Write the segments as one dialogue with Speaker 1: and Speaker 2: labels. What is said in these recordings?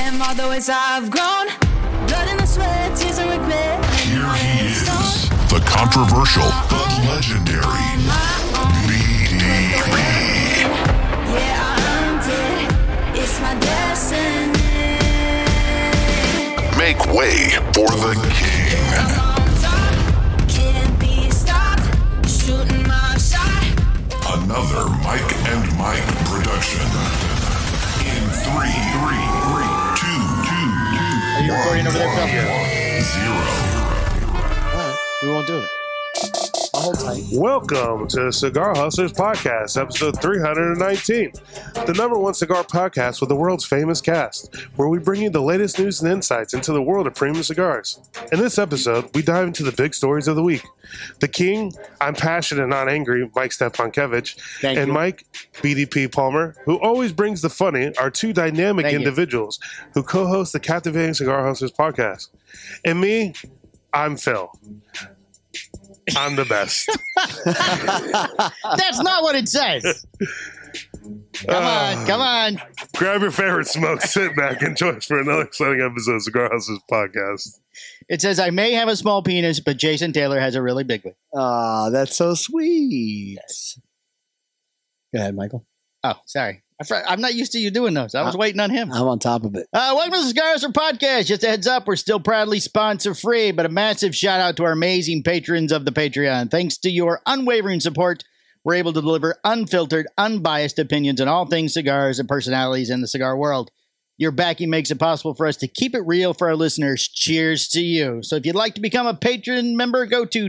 Speaker 1: since I've grown. Blood in the sweat, tears and regret.
Speaker 2: Here he is, the controversial but legendary BDB.
Speaker 1: Yeah, I'm dead. It's my destiny.
Speaker 2: Make way for the king.
Speaker 1: On top, can't be stopped. Shooting my shot.
Speaker 2: Another Mike and Mike production. In three, three, three, two, two, Are
Speaker 3: you recording over there, Phil?
Speaker 4: We won't do it. I'll hold tight.
Speaker 3: Welcome to Cigar Hustlers Podcast, episode 319, the number one cigar podcast with the world's famous cast, where we bring you the latest news and insights into the world of premium cigars. In this episode, we dive into the big stories of the week. The King, I'm passionate and not angry, Mike Stepankevich,
Speaker 4: Thank
Speaker 3: and
Speaker 4: you.
Speaker 3: Mike BDP Palmer, who always brings the funny, are two dynamic
Speaker 4: Thank you.
Speaker 3: individuals who co host the Captivating Cigar Hustlers Podcast. And me, I'm Phil. I'm the best.
Speaker 4: That's not what it says. Come on, come on.
Speaker 3: Uh, Grab your favorite smoke, sit back, and join us for another exciting episode of Cigar Houses Podcast.
Speaker 4: It says I may have a small penis, but Jason Taylor has a really big one.
Speaker 5: Ah, that's so sweet. Go ahead, Michael.
Speaker 4: Oh, sorry. I fr- I'm not used to you doing those. I was waiting on him.
Speaker 5: I'm on top of it.
Speaker 4: Uh, welcome to the Cigars for Podcast. Just a heads up, we're still proudly sponsor free, but a massive shout out to our amazing patrons of the Patreon. Thanks to your unwavering support, we're able to deliver unfiltered, unbiased opinions on all things cigars and personalities in the cigar world. Your backing makes it possible for us to keep it real for our listeners. Cheers to you. So if you'd like to become a patron member, go to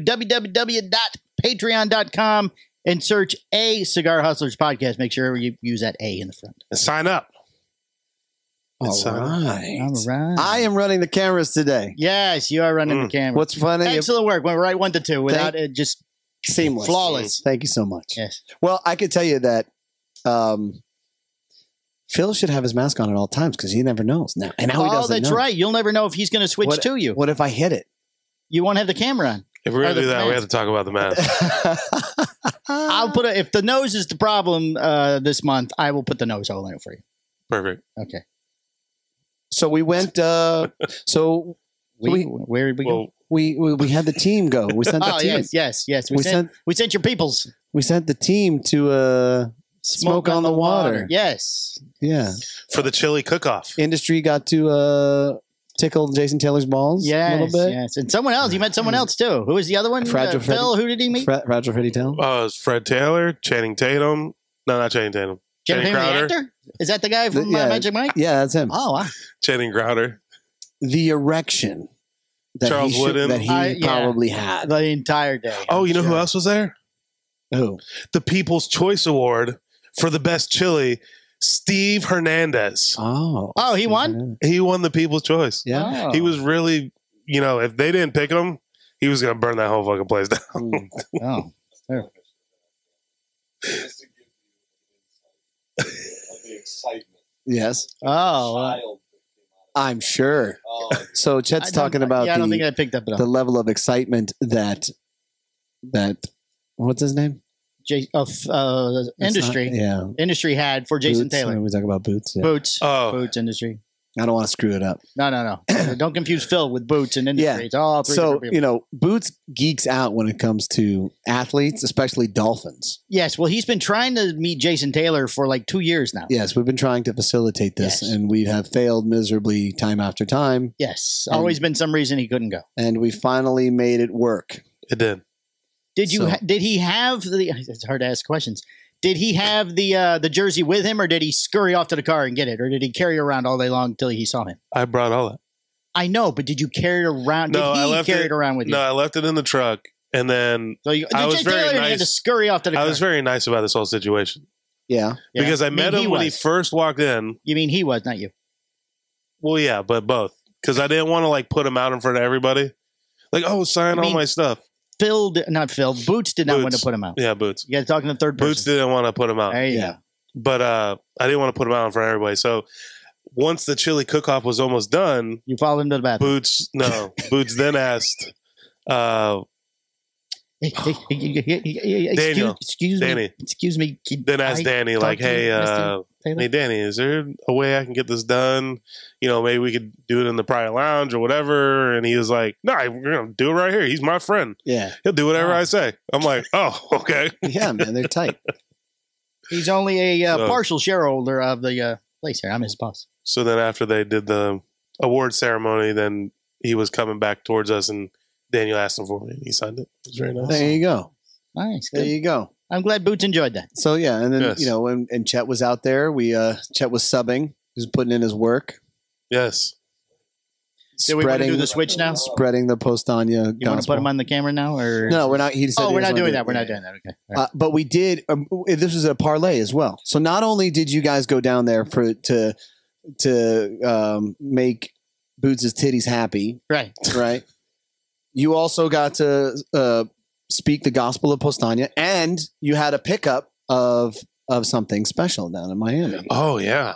Speaker 4: www.patreon.com and search A Cigar Hustlers Podcast. Make sure you use that A in the front.
Speaker 3: Sign up.
Speaker 5: All
Speaker 3: It's, uh,
Speaker 5: right.
Speaker 4: All right.
Speaker 5: I am running the cameras today.
Speaker 4: Yes, you are running the
Speaker 3: Mm.
Speaker 4: camera.
Speaker 5: What's funny?
Speaker 4: Excellent work. Went right one to two without it just
Speaker 5: Seamless.
Speaker 4: flawless.
Speaker 5: Thank you so much.
Speaker 4: Yes.
Speaker 5: Well, I could tell you that um, Phil should have his mask on at all times because he never knows now. And now he
Speaker 4: Oh,
Speaker 5: doesn't
Speaker 4: that's
Speaker 5: know.
Speaker 4: right. You'll never know if he's going to switch
Speaker 5: What-
Speaker 4: to you.
Speaker 5: What if I hit it?
Speaker 4: You won't have the camera on.
Speaker 3: If we're going
Speaker 4: Are
Speaker 3: to
Speaker 4: the
Speaker 3: do that, we
Speaker 4: fans-
Speaker 3: have to talk about the mask.
Speaker 5: Uh.
Speaker 4: I'll put a, if the nose is the problem uh, this month, I will put the nose hole in it for you.
Speaker 3: Perfect.
Speaker 4: Okay.
Speaker 5: so we went. Uh, so
Speaker 4: We,
Speaker 5: We-
Speaker 4: where did we go?
Speaker 3: Well,
Speaker 5: we, we we had the team go. We sent the
Speaker 4: oh
Speaker 5: team.
Speaker 4: yes, yes, yes. We,
Speaker 5: We
Speaker 4: sent,
Speaker 5: sent
Speaker 4: we sent your peoples.
Speaker 5: we sent the team to uh, smoke, on, the water.
Speaker 4: Yes.
Speaker 5: Yeah.
Speaker 3: for the chili cook-off.
Speaker 5: Industry got to uh, tickle Jason Taylor's balls a
Speaker 4: Yes.
Speaker 5: little bit. Mm.
Speaker 4: Yes. And someone else. You met someone else too. Who was the other one?
Speaker 5: Fragile
Speaker 4: Uh, Phil. Who did he meet?
Speaker 5: Fra- Fragile Freddy Taylor.
Speaker 3: Uh, it's Fred Taylor, Channing Tatum. No, not Channing Tatum.
Speaker 4: Jim
Speaker 3: Jenny
Speaker 4: Henry, the
Speaker 3: Crowder.
Speaker 4: actor. Is that the guy from uh,
Speaker 5: Yeah. Mm.
Speaker 4: Magic Mike?
Speaker 5: Yeah, that's him.
Speaker 4: Oh, wow.
Speaker 3: Channing Crowder.
Speaker 5: The erection that
Speaker 3: Charles
Speaker 5: he, should-
Speaker 3: Wooden.
Speaker 5: that he
Speaker 4: I- yeah.
Speaker 5: probably had.
Speaker 4: the entire day.
Speaker 3: Oh, you know who
Speaker 5: Sure.
Speaker 3: else was there?
Speaker 5: Who?
Speaker 3: The People's Choice Award for the best chili, Steve Hernandez.
Speaker 5: Oh.
Speaker 4: Oh, he won?
Speaker 3: He won the People's Choice.
Speaker 5: Yeah.
Speaker 4: Oh.
Speaker 3: He was really, you know, if they didn't pick him, he was going to burn that whole fucking place down.
Speaker 5: Mm.
Speaker 4: Oh.
Speaker 5: yes,
Speaker 4: Oh.
Speaker 5: I'm sure. So Chet's talking about
Speaker 4: Yeah, I don't think
Speaker 5: the,
Speaker 4: I picked up at
Speaker 5: the
Speaker 4: all.
Speaker 5: level of excitement that that what's his name?
Speaker 4: J- of uh,
Speaker 5: It's not-
Speaker 4: industry
Speaker 5: yeah.
Speaker 4: industry had for Jason
Speaker 5: Boots.
Speaker 4: Taylor.
Speaker 5: We talk about boots. Yeah.
Speaker 4: Boots.
Speaker 3: Oh,
Speaker 4: Boots industry.
Speaker 5: I don't want to screw it up.
Speaker 4: No, no, no. don't confuse Phil with Boots and industry.
Speaker 5: Yeah.
Speaker 4: It's all three
Speaker 5: so
Speaker 4: different people.
Speaker 5: you know boots geeks out when it comes to athletes especially dolphins
Speaker 4: yes, well, he's been trying to meet Jason Taylor for like two years now.
Speaker 5: yes we've been trying to facilitate this
Speaker 4: Yes.
Speaker 5: and we have failed miserably time after time
Speaker 4: Yes,
Speaker 5: And-
Speaker 4: always been some reason he couldn't go.
Speaker 5: and we finally made it work
Speaker 3: it did.
Speaker 4: Did you?
Speaker 5: So-
Speaker 4: ha- did he have the? It's hard to ask questions. Did he have the uh, the jersey with him, or did he scurry off to the car and get it, or did he carry around all day long until he saw him?
Speaker 3: I brought all that.
Speaker 4: I know, but did you carry it around?
Speaker 3: No,
Speaker 4: did
Speaker 3: I
Speaker 4: he
Speaker 3: left
Speaker 4: carry
Speaker 3: it-
Speaker 4: it, around with you?
Speaker 3: No, I left it in the truck, and then
Speaker 4: So you,
Speaker 3: I
Speaker 4: did
Speaker 3: was
Speaker 4: Jay
Speaker 3: very
Speaker 4: Taylor and he had to
Speaker 3: nice.
Speaker 4: scurry off to the
Speaker 3: I
Speaker 4: car?
Speaker 3: was very nice about this whole situation
Speaker 5: yeah
Speaker 4: Yeah.
Speaker 3: because I
Speaker 4: mean,
Speaker 3: met him when he
Speaker 4: was.
Speaker 3: first walked in.
Speaker 4: You mean he was, not you?
Speaker 3: Well, yeah, but both because I didn't want to like put him out in front of everybody. Like, oh, sign
Speaker 4: I
Speaker 3: all
Speaker 4: mean-
Speaker 3: my stuff.
Speaker 4: Phil, did, not Phil. Boots did not want to
Speaker 3: Boots.
Speaker 4: put him out.
Speaker 3: Yeah, boots.
Speaker 4: You got to talk in the third person.
Speaker 3: Boots didn't want to put him out,
Speaker 4: There you
Speaker 5: Yeah.
Speaker 4: go.
Speaker 3: but uh, I didn't want to put him out in front of everybody. So once the chili cook-off was almost done,
Speaker 4: You follow him to the bathroom.
Speaker 3: Boots no, Boots then asked, uh,
Speaker 4: excuse, excuse me.
Speaker 3: Danny.
Speaker 4: Excuse me. can
Speaker 3: Then ask
Speaker 4: I
Speaker 3: Danny,
Speaker 4: talk
Speaker 3: like,
Speaker 4: to you,
Speaker 3: hey,
Speaker 4: Mr.
Speaker 3: uh,
Speaker 4: Taylor?"
Speaker 3: hey, Danny, is there a way I can get this done? You know, maybe we could do it in the prior lounge or whatever. And he was like, no, nah, we're going to do it right here. He's my friend.
Speaker 5: Yeah.
Speaker 3: He'll do whatever
Speaker 4: Oh.
Speaker 3: I say. I'm like, oh, okay.
Speaker 5: Yeah, man, they're tight.
Speaker 4: He's only a uh,
Speaker 3: So-
Speaker 4: partial shareholder of the uh, place here. I'm his boss.
Speaker 3: So then after they did the award ceremony, then he was coming back towards us and Daniel asked him for me and he signed it. It was very nice.
Speaker 5: There you go.
Speaker 4: Nice.
Speaker 5: There
Speaker 4: Good.
Speaker 5: you go.
Speaker 4: I'm glad Boots enjoyed that.
Speaker 5: So yeah, and then
Speaker 3: Yes.
Speaker 5: you know, when and Chet was out there, we uh Chet was subbing, he was putting in his work,
Speaker 3: Yes.
Speaker 4: Do we want to
Speaker 5: spreading
Speaker 4: do the switch now?
Speaker 5: spreading the post Anya
Speaker 4: You want to put him on the camera now, or
Speaker 5: No, we're not. He said
Speaker 4: Oh,
Speaker 5: he
Speaker 4: we're
Speaker 5: doesn't
Speaker 4: not
Speaker 5: wanna
Speaker 4: doing
Speaker 5: do
Speaker 4: that.
Speaker 5: it.
Speaker 4: We're not doing that. Okay. All right.
Speaker 5: Uh, but we did. Um, this was a parlay as well. So not only did you guys go down there for to to um, make Boots' titties happy,
Speaker 4: right.
Speaker 5: right? you also got to uh, speak the gospel of Postania, and you had a pickup of of something special down in Miami.
Speaker 3: Oh, yeah.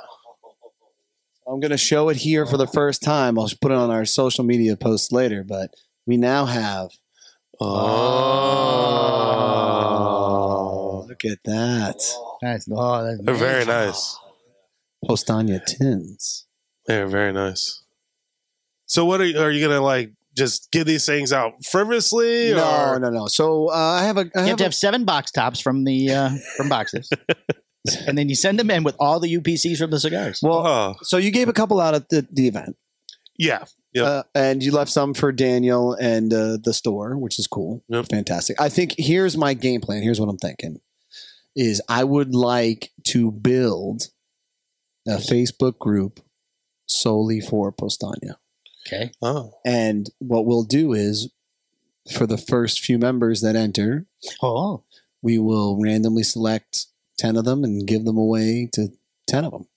Speaker 5: I'm going to show it here for the first time. I'll put it on our social media posts later, but we now have.
Speaker 3: Oh.
Speaker 5: Look at that.
Speaker 4: That's, oh, that's
Speaker 3: They're very nice.
Speaker 5: Postania tins.
Speaker 3: They're very nice. So what are you, are you going to like just get these things out frivolously?
Speaker 5: No,
Speaker 3: or?
Speaker 5: no, no. So uh, I have a. I
Speaker 4: You have
Speaker 5: have
Speaker 4: to
Speaker 5: a-
Speaker 4: have seven box tops from the uh, from boxes, and then you send them in with all the UPCs from the cigars.
Speaker 5: well,
Speaker 3: Oh,
Speaker 5: so you gave a couple out at the, the event,
Speaker 3: yeah. Yep.
Speaker 5: uh, and you left some for Daniel and uh, the store, which is cool.
Speaker 3: Yep.
Speaker 5: Fantastic. I think here's my game plan. Here's what I'm thinking: is I would like to build a Facebook group solely for Postania.
Speaker 4: Okay.
Speaker 3: Oh.
Speaker 5: And what we'll do is for the first few members that enter,
Speaker 4: Oh,
Speaker 5: we will randomly select 10 of them and give them away to 10 of them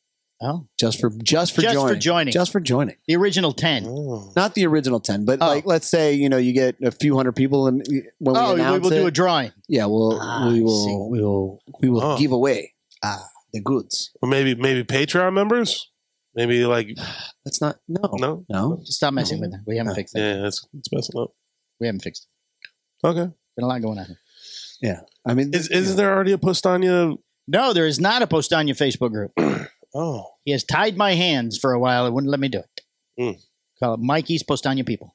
Speaker 4: oh,
Speaker 5: just for just for
Speaker 4: just
Speaker 5: joining.
Speaker 4: for joining
Speaker 5: Just for joining.
Speaker 4: the original ten.
Speaker 3: Oh.
Speaker 5: Not the original 10, but
Speaker 4: Oh.
Speaker 5: like let's say, you know, you get a few hundred people and we- when we
Speaker 4: oh, we
Speaker 5: announce
Speaker 4: will
Speaker 5: it,
Speaker 4: do a drawing.
Speaker 5: yeah, we'll
Speaker 4: Ah, I
Speaker 5: we
Speaker 4: see. Uh-huh.
Speaker 5: will we will we will
Speaker 3: Oh.
Speaker 5: give away ah, the goods.
Speaker 3: Or maybe maybe Patreon members? Maybe like
Speaker 5: That's not no. No.
Speaker 3: no.
Speaker 4: Just stop messing with that. We haven't
Speaker 5: Uh,
Speaker 4: fixed that.
Speaker 3: Oh. Yeah, that's it's messing up.
Speaker 4: We haven't fixed.
Speaker 3: Okay.
Speaker 4: It. Been a lot going on. Here.
Speaker 5: I mean
Speaker 3: Is isn't there already a Postania?
Speaker 4: No, there is not a post on your Facebook group.
Speaker 3: Oh.
Speaker 4: He has tied my hands for a while. It wouldn't let me do it.
Speaker 3: Mm.
Speaker 4: Call it Mikey's post on your people.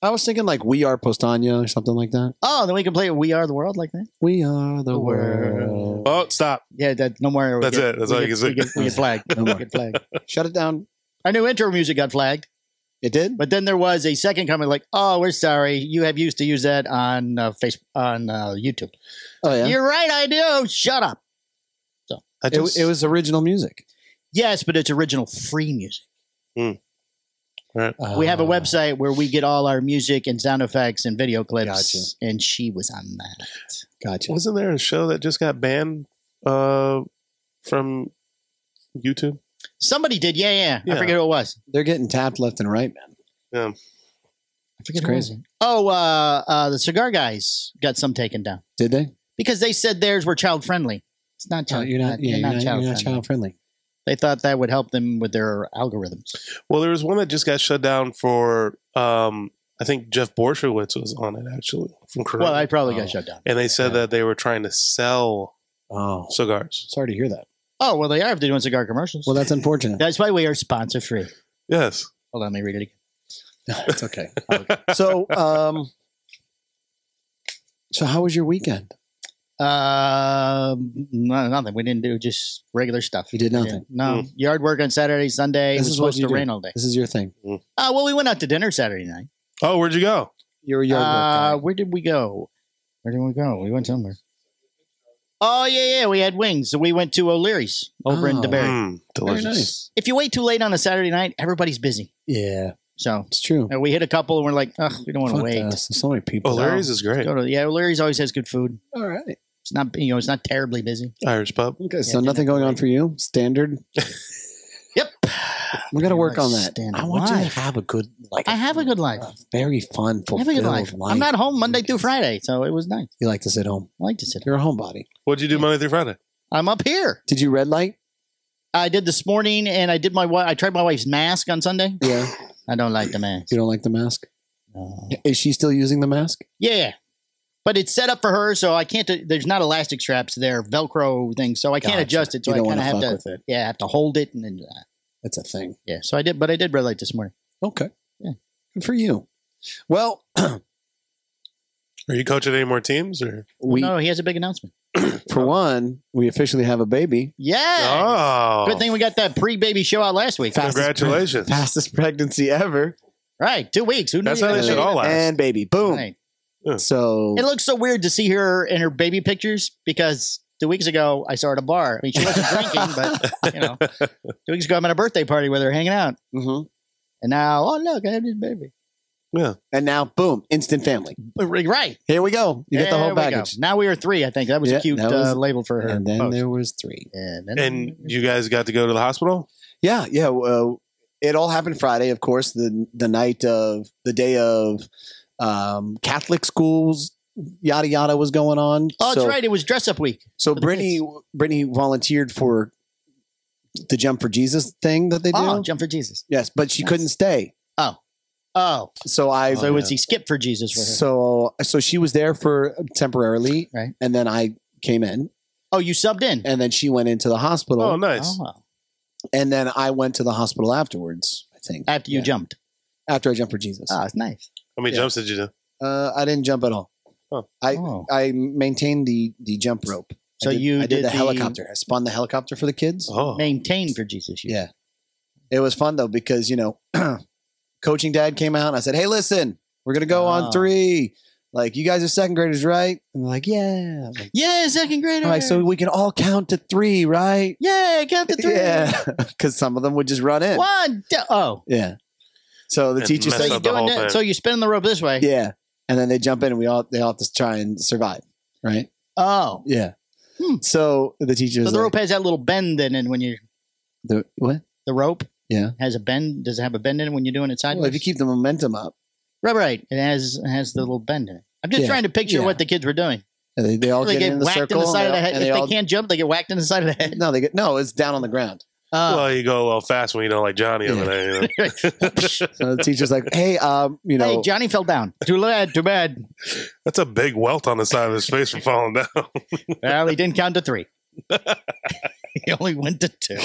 Speaker 5: I was thinking like we are Postania or something like that.
Speaker 4: Oh, then we can play "We Are the World" like that.
Speaker 5: We are the
Speaker 4: world.
Speaker 5: world.
Speaker 3: Oh, stop.
Speaker 4: Yeah, that no more. we
Speaker 3: That's
Speaker 4: get-
Speaker 3: it. That's
Speaker 4: we
Speaker 3: all you
Speaker 4: get-
Speaker 3: can say.
Speaker 4: We get, we get flagged.
Speaker 5: No
Speaker 4: we
Speaker 5: more.
Speaker 4: get flagged.
Speaker 5: Shut it down.
Speaker 4: Our new intro music got flagged,
Speaker 5: It did?
Speaker 4: but then there was a second comment like, "Oh, we're sorry. You have used to use that on uh, Facebook on uh, YouTube."
Speaker 5: Oh yeah.
Speaker 4: You're right. I do. Shut up.
Speaker 3: I
Speaker 5: It, it was original music.
Speaker 4: Yes, but it's original free music. we have a
Speaker 5: Uh,
Speaker 4: website where we get all our music and sound effects and video clips,
Speaker 5: Gotcha.
Speaker 4: and she was on that.
Speaker 5: Gotcha.
Speaker 3: wasn't there a show that just got banned uh from YouTube?
Speaker 4: Somebody did. Yeah, yeah. I
Speaker 3: Yeah.
Speaker 4: forget who it was.
Speaker 5: They're getting tapped left and right, man.
Speaker 4: I forget
Speaker 5: It's
Speaker 4: who it was.
Speaker 5: crazy.
Speaker 4: Oh, uh, uh, the cigar guys got some taken down
Speaker 5: Did they?
Speaker 4: because they said theirs were child friendly. It's not
Speaker 5: Oh,
Speaker 4: child.
Speaker 5: you're not. Yeah, you're not, you're not child friendly.
Speaker 4: They thought that would help them with their algorithms.
Speaker 3: Well, there was one that just got shut down for um I think Jeff Borshowitz was on it actually from Corona.
Speaker 4: Well, I probably
Speaker 5: Oh.
Speaker 4: got shut down.
Speaker 3: and they said
Speaker 5: Yeah.
Speaker 3: that they were trying to sell
Speaker 5: Oh,
Speaker 3: cigars.
Speaker 5: sorry to hear that.
Speaker 4: Oh well, they are if they're doing cigar commercials.
Speaker 5: Well, that's unfortunate.
Speaker 4: that's why we are sponsor free.
Speaker 3: Yes.
Speaker 4: Hold on, let me read it again.
Speaker 5: That's okay. So, um, so how was your weekend?
Speaker 4: Uh, no, nothing. We didn't do just regular stuff.
Speaker 5: You did nothing.
Speaker 4: No yard work on Saturday, Sunday. it
Speaker 5: This
Speaker 4: was
Speaker 5: is what
Speaker 4: supposed
Speaker 5: you
Speaker 4: to
Speaker 5: do.
Speaker 4: rain all day.
Speaker 5: This is your thing.
Speaker 4: Oh well, we went out to dinner Saturday night.
Speaker 3: Oh, where'd you go?
Speaker 5: You're a yard
Speaker 4: uh,
Speaker 5: work guy.
Speaker 4: where did we go? Where did we go? We went somewhere. Oh yeah, yeah. We had wings, so we went to O'Leary's over in
Speaker 5: Oh.
Speaker 4: DeBerry.
Speaker 3: Mm,
Speaker 5: Very
Speaker 3: delicious.
Speaker 5: nice.
Speaker 4: If you wait too late on a Saturday night, everybody's busy.
Speaker 5: Yeah,
Speaker 4: So
Speaker 5: it's true.
Speaker 4: uh, we hit a couple, and we're like, Ugh, we don't want to
Speaker 5: Fuck
Speaker 4: wait.
Speaker 5: this. There's so many people.
Speaker 3: Oh, Larry's is great.
Speaker 4: Go to yeah. O'Leary's always has good food.
Speaker 5: All right.
Speaker 4: It's not you know it's not terribly busy.
Speaker 3: Irish pub.
Speaker 5: Okay.
Speaker 4: Yeah,
Speaker 5: So nothing going on for you. Standard.
Speaker 4: Yep.
Speaker 5: We got to
Speaker 4: Pretty
Speaker 5: work
Speaker 4: much
Speaker 5: on that.
Speaker 4: standard.
Speaker 5: I want
Speaker 4: Why?
Speaker 5: you to have a good like.
Speaker 4: I have a good life.
Speaker 5: a very fun,
Speaker 4: I
Speaker 5: fulfilled
Speaker 4: have a good life. I'm not home Monday through Friday, so it was nice.
Speaker 5: You like to sit home.
Speaker 4: I like to sit.
Speaker 5: You're a homebody.
Speaker 3: What'd you do Monday through Friday?
Speaker 4: I'm up here.
Speaker 5: Did you red light?
Speaker 4: I did this morning, and I did my wi- I tried my wife's mask on Sunday.
Speaker 5: Yeah.
Speaker 4: I don't like the mask.
Speaker 5: You don't like the mask?
Speaker 4: Uh,
Speaker 5: Is she still using the mask?
Speaker 4: yeah, but it's set up for her, so I can't. There's not elastic straps there, Velcro things, so I can't
Speaker 5: Gotcha.
Speaker 4: adjust it. So
Speaker 5: You don't
Speaker 4: I kind
Speaker 5: wanna
Speaker 4: of have
Speaker 5: fuck
Speaker 4: to,
Speaker 5: with it.
Speaker 4: yeah, have to hold it and then, uh,
Speaker 5: That's a thing.
Speaker 4: yeah. So I did, but I did red light this morning.
Speaker 5: Okay.
Speaker 4: Yeah.
Speaker 5: Good for you. Well,
Speaker 3: Are you coaching any more teams? Or
Speaker 5: we
Speaker 4: no, Oh, he has a big announcement.
Speaker 5: for one, we officially have a baby.
Speaker 4: Yeah,
Speaker 3: oh,
Speaker 4: good thing we got that pre-baby show out last week.
Speaker 5: Fastest preg-
Speaker 3: Congratulations.
Speaker 5: fastest pregnancy ever.
Speaker 4: Right, two weeks. Who knew
Speaker 3: That's
Speaker 4: you
Speaker 3: how they
Speaker 4: guys-
Speaker 3: should all last.
Speaker 5: And baby. Boom.
Speaker 4: Right.
Speaker 5: So
Speaker 4: It looks so weird to see her in her baby pictures because two weeks ago I saw her at a bar. I mean, she wasn't drinking, but you know, two weeks ago I'm at a birthday party with her, hanging out,
Speaker 5: Mhm.
Speaker 4: and now oh look, I have this baby.
Speaker 5: and now boom, instant family.
Speaker 4: But re- Right,
Speaker 5: Here we go. You get the
Speaker 4: There
Speaker 5: whole
Speaker 4: we go.
Speaker 5: package.
Speaker 4: Now we are three. I think that was
Speaker 5: Yeah,
Speaker 4: a cute
Speaker 5: that was-
Speaker 4: uh, label for her.
Speaker 5: And then
Speaker 3: Post.
Speaker 5: there was three.
Speaker 4: And then,
Speaker 3: and you guys got to go to the hospital.
Speaker 5: Yeah, yeah. Uh, it all happened Friday, of course, the the night of the day of um, Catholic schools. Yada yada was going on.
Speaker 4: oh, that's
Speaker 5: So-
Speaker 4: right. It was dress up week.
Speaker 5: So
Speaker 4: for the
Speaker 5: Brittany, Brittany volunteered for the Jump for Jesus thing that they do.
Speaker 4: Oh, jump for Jesus.
Speaker 5: yes, but she
Speaker 4: Nice.
Speaker 5: couldn't stay.
Speaker 4: Oh,
Speaker 5: So I
Speaker 4: so it was
Speaker 3: yeah.
Speaker 4: he skip for Jesus for her?
Speaker 5: so so she was there for uh, temporarily,
Speaker 4: Right.
Speaker 5: and then I came in,
Speaker 4: oh, you subbed in.
Speaker 5: and then she went into the hospital,
Speaker 3: Oh, nice.
Speaker 4: Oh, wow.
Speaker 5: and then I went to the hospital afterwards. I think
Speaker 4: After you
Speaker 5: Yeah.
Speaker 4: jumped.
Speaker 5: after I jumped for Jesus,
Speaker 4: Oh, it's nice.
Speaker 3: How many
Speaker 5: Yeah.
Speaker 3: jumps did you do?
Speaker 5: uh, I didn't jump at all.
Speaker 3: Oh.
Speaker 5: I
Speaker 4: oh.
Speaker 5: I maintained the the jump rope.
Speaker 4: So
Speaker 5: I did,
Speaker 4: you
Speaker 5: I did,
Speaker 4: did
Speaker 5: the,
Speaker 4: the-
Speaker 5: helicopter. I spun the helicopter for the kids.
Speaker 3: Oh,
Speaker 4: Maintain for Jesus. you-
Speaker 5: Yeah. It was fun though because you know, coaching dad came out and I said, "Hey, listen, we're gonna go
Speaker 4: Ah.
Speaker 5: on three. Like you guys are second graders, right?" And they're like, "Yeah." I'm like,
Speaker 4: Yeah, second grader.
Speaker 5: All right, so we can all count to three, right?
Speaker 4: yeah, count to three.
Speaker 5: Yeah, because some of them would just run in.
Speaker 4: One. Two, oh,
Speaker 5: Yeah. So the
Speaker 3: And
Speaker 5: teacher
Speaker 3: mess
Speaker 4: so
Speaker 5: says,
Speaker 4: you
Speaker 3: up the
Speaker 4: doing
Speaker 3: whole
Speaker 4: that?
Speaker 3: thing.
Speaker 4: So you spin the rope this way.
Speaker 5: "Yeah," and then they jump in and we all they all have to try and survive, right?
Speaker 4: Oh,
Speaker 5: Yeah.
Speaker 4: Hmm.
Speaker 5: So the teacher
Speaker 4: so
Speaker 5: is
Speaker 4: the
Speaker 5: like,
Speaker 4: rope has that little bend in, and when you
Speaker 5: the, "What?"
Speaker 4: the rope.
Speaker 5: Yeah.
Speaker 4: Has a bend? Does it have a bend in it when you're doing it sideways?
Speaker 5: Well, if you keep the momentum up,
Speaker 4: right, right. It has it has the little bend in it. I'm just
Speaker 5: Yeah,
Speaker 4: trying to picture
Speaker 5: yeah.
Speaker 4: what the kids were doing.
Speaker 5: and they, they all
Speaker 4: they
Speaker 5: get,
Speaker 4: get
Speaker 5: in the
Speaker 4: whacked
Speaker 5: circle
Speaker 4: in the side
Speaker 5: and
Speaker 4: of the
Speaker 5: they,
Speaker 4: head.
Speaker 5: and
Speaker 4: If
Speaker 5: they
Speaker 4: they
Speaker 5: all
Speaker 4: can't jump, they get whacked in the side of the head.
Speaker 5: no, they get no. It's down on the ground.
Speaker 4: Uh,
Speaker 3: well, you go a little fast when you don't like Johnny over there. You know?
Speaker 5: So the teacher's like, "Hey, um, you know,
Speaker 4: hey, Johnny fell down. Too bad. Too bad.
Speaker 3: That's a big welt on the side of his face from falling down.
Speaker 4: well, he didn't count to three. he only went to two.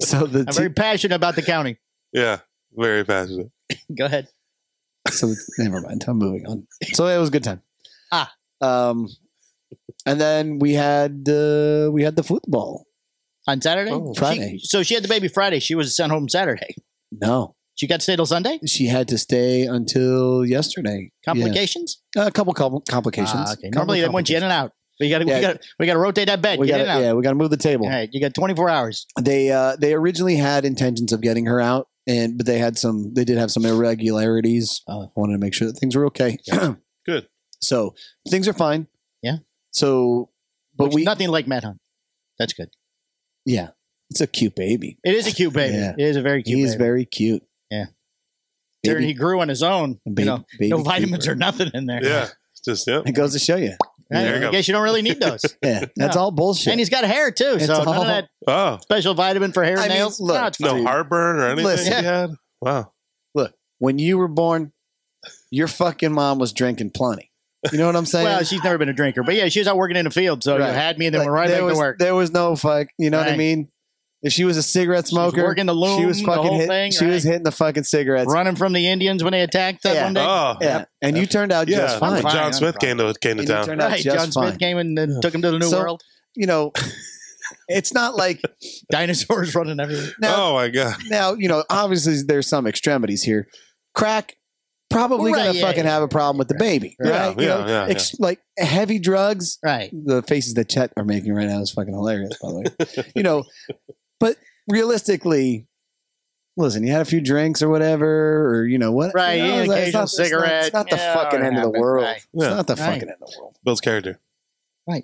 Speaker 5: so the
Speaker 4: I'm
Speaker 5: te-
Speaker 4: very passionate about the counting.
Speaker 3: yeah, very passionate.
Speaker 4: Go ahead.
Speaker 5: so the- never mind. I'm moving on. So it was a good time.
Speaker 4: Ah.
Speaker 5: um, and then we had uh, we had the football.
Speaker 4: On Saturday?
Speaker 5: Oh,
Speaker 4: She-
Speaker 5: Friday.
Speaker 4: so she had the baby Friday. She was sent home Saturday.
Speaker 5: No,
Speaker 4: She got to stay till Sunday?
Speaker 5: she had to stay until yesterday.
Speaker 4: Complications?
Speaker 5: Yeah. a couple com- complications.
Speaker 4: Ah, okay.
Speaker 5: Couple
Speaker 4: Normally they want you in and out. But you gotta
Speaker 5: Yeah.
Speaker 4: we gotta we gotta rotate that bed.
Speaker 5: We
Speaker 4: Get in
Speaker 5: got
Speaker 4: and out.
Speaker 5: yeah, we got to move the table.
Speaker 4: All right, you got twenty four hours.
Speaker 5: They uh, they originally had intentions of getting her out, and but they had some they did have some irregularities.
Speaker 4: Oh.
Speaker 5: Uh, wanted to make sure that things were okay.
Speaker 3: Good.
Speaker 5: So things are fine.
Speaker 4: Yeah.
Speaker 5: So, but
Speaker 4: Which
Speaker 5: we
Speaker 4: is nothing like Matt Hunt. That's good.
Speaker 5: yeah, it's a cute baby.
Speaker 4: It is a cute baby.
Speaker 5: Yeah.
Speaker 4: It is a very cute
Speaker 5: He's
Speaker 4: baby.
Speaker 5: very cute.
Speaker 4: Yeah. There
Speaker 5: Baby,
Speaker 4: he grew on his own.
Speaker 5: baby-
Speaker 4: you know,
Speaker 5: baby
Speaker 4: no vitamins
Speaker 5: keeper.
Speaker 4: or nothing in there.
Speaker 3: Yeah, just yeah.
Speaker 5: It goes to show you.
Speaker 4: Right?
Speaker 3: There you
Speaker 4: I
Speaker 3: go.
Speaker 4: guess you don't really need those.
Speaker 5: Yeah, that's
Speaker 4: Yeah.
Speaker 5: all bullshit.
Speaker 4: and he's got hair too,
Speaker 5: It's
Speaker 4: so none
Speaker 5: all-
Speaker 4: of that
Speaker 3: Oh,
Speaker 4: special vitamin for hair and
Speaker 5: I mean,
Speaker 4: nails.
Speaker 5: look,
Speaker 4: no, it's
Speaker 3: no
Speaker 4: fine.
Speaker 3: heartburn or anything
Speaker 5: Listen.
Speaker 3: you had. Wow.
Speaker 5: when you were born, your fucking mom was drinking plenty. You know what I'm saying?
Speaker 4: Well, she's never been a drinker, but yeah, she was out working in the field, so
Speaker 5: Right.
Speaker 4: you had me and then
Speaker 5: Like,
Speaker 4: went right
Speaker 5: there
Speaker 4: back
Speaker 5: was,
Speaker 4: to work.
Speaker 5: There was no fuck. You know what I
Speaker 4: Right.
Speaker 5: mean? If she was a cigarette
Speaker 4: was
Speaker 5: smoker,
Speaker 4: working the loom,
Speaker 5: she was
Speaker 4: the
Speaker 5: fucking
Speaker 4: whole
Speaker 5: hit-
Speaker 4: thing,
Speaker 5: She was
Speaker 4: right?
Speaker 5: hitting the fucking cigarettes.
Speaker 4: running from the Indians when they attacked that
Speaker 5: Yeah.
Speaker 4: one day.
Speaker 3: Oh,
Speaker 5: Yeah, and you turned out
Speaker 3: yeah.
Speaker 5: just fine.
Speaker 4: I'm fine.
Speaker 3: John Smith
Speaker 4: I'm
Speaker 3: came to came to
Speaker 5: And you
Speaker 3: town.
Speaker 5: turned out
Speaker 4: right,
Speaker 5: just
Speaker 4: John
Speaker 5: fine.
Speaker 4: Smith came and then took him to the new
Speaker 5: So-
Speaker 4: world.
Speaker 5: You know, it's not like
Speaker 4: Dinosaurs running everywhere.
Speaker 5: now.
Speaker 3: oh my god.
Speaker 5: Now you know, obviously there's some extremities here. Crack probably
Speaker 4: Right,
Speaker 5: gonna
Speaker 4: yeah,
Speaker 5: fucking
Speaker 4: yeah,
Speaker 5: have a problem with the baby,
Speaker 4: Right.
Speaker 5: right? You
Speaker 3: Yeah,
Speaker 5: know,
Speaker 3: yeah, yeah.
Speaker 5: ex- like heavy drugs.
Speaker 4: Right.
Speaker 5: The faces that Chet are making right now is fucking hilarious, by the way. you know, but realistically, listen, you had a few drinks or whatever, or you know what?
Speaker 4: Right,
Speaker 5: you know,
Speaker 4: yeah,
Speaker 5: it's not-
Speaker 4: occasional
Speaker 5: it's not- it's not-
Speaker 4: cigarette.
Speaker 5: It's not the
Speaker 4: Yeah,
Speaker 5: fucking
Speaker 4: it
Speaker 5: end of the
Speaker 4: happens,
Speaker 5: world.
Speaker 4: right.
Speaker 5: It's
Speaker 3: Yeah.
Speaker 5: not the
Speaker 4: Right.
Speaker 5: fucking end of the world.
Speaker 3: Bill's character.
Speaker 5: I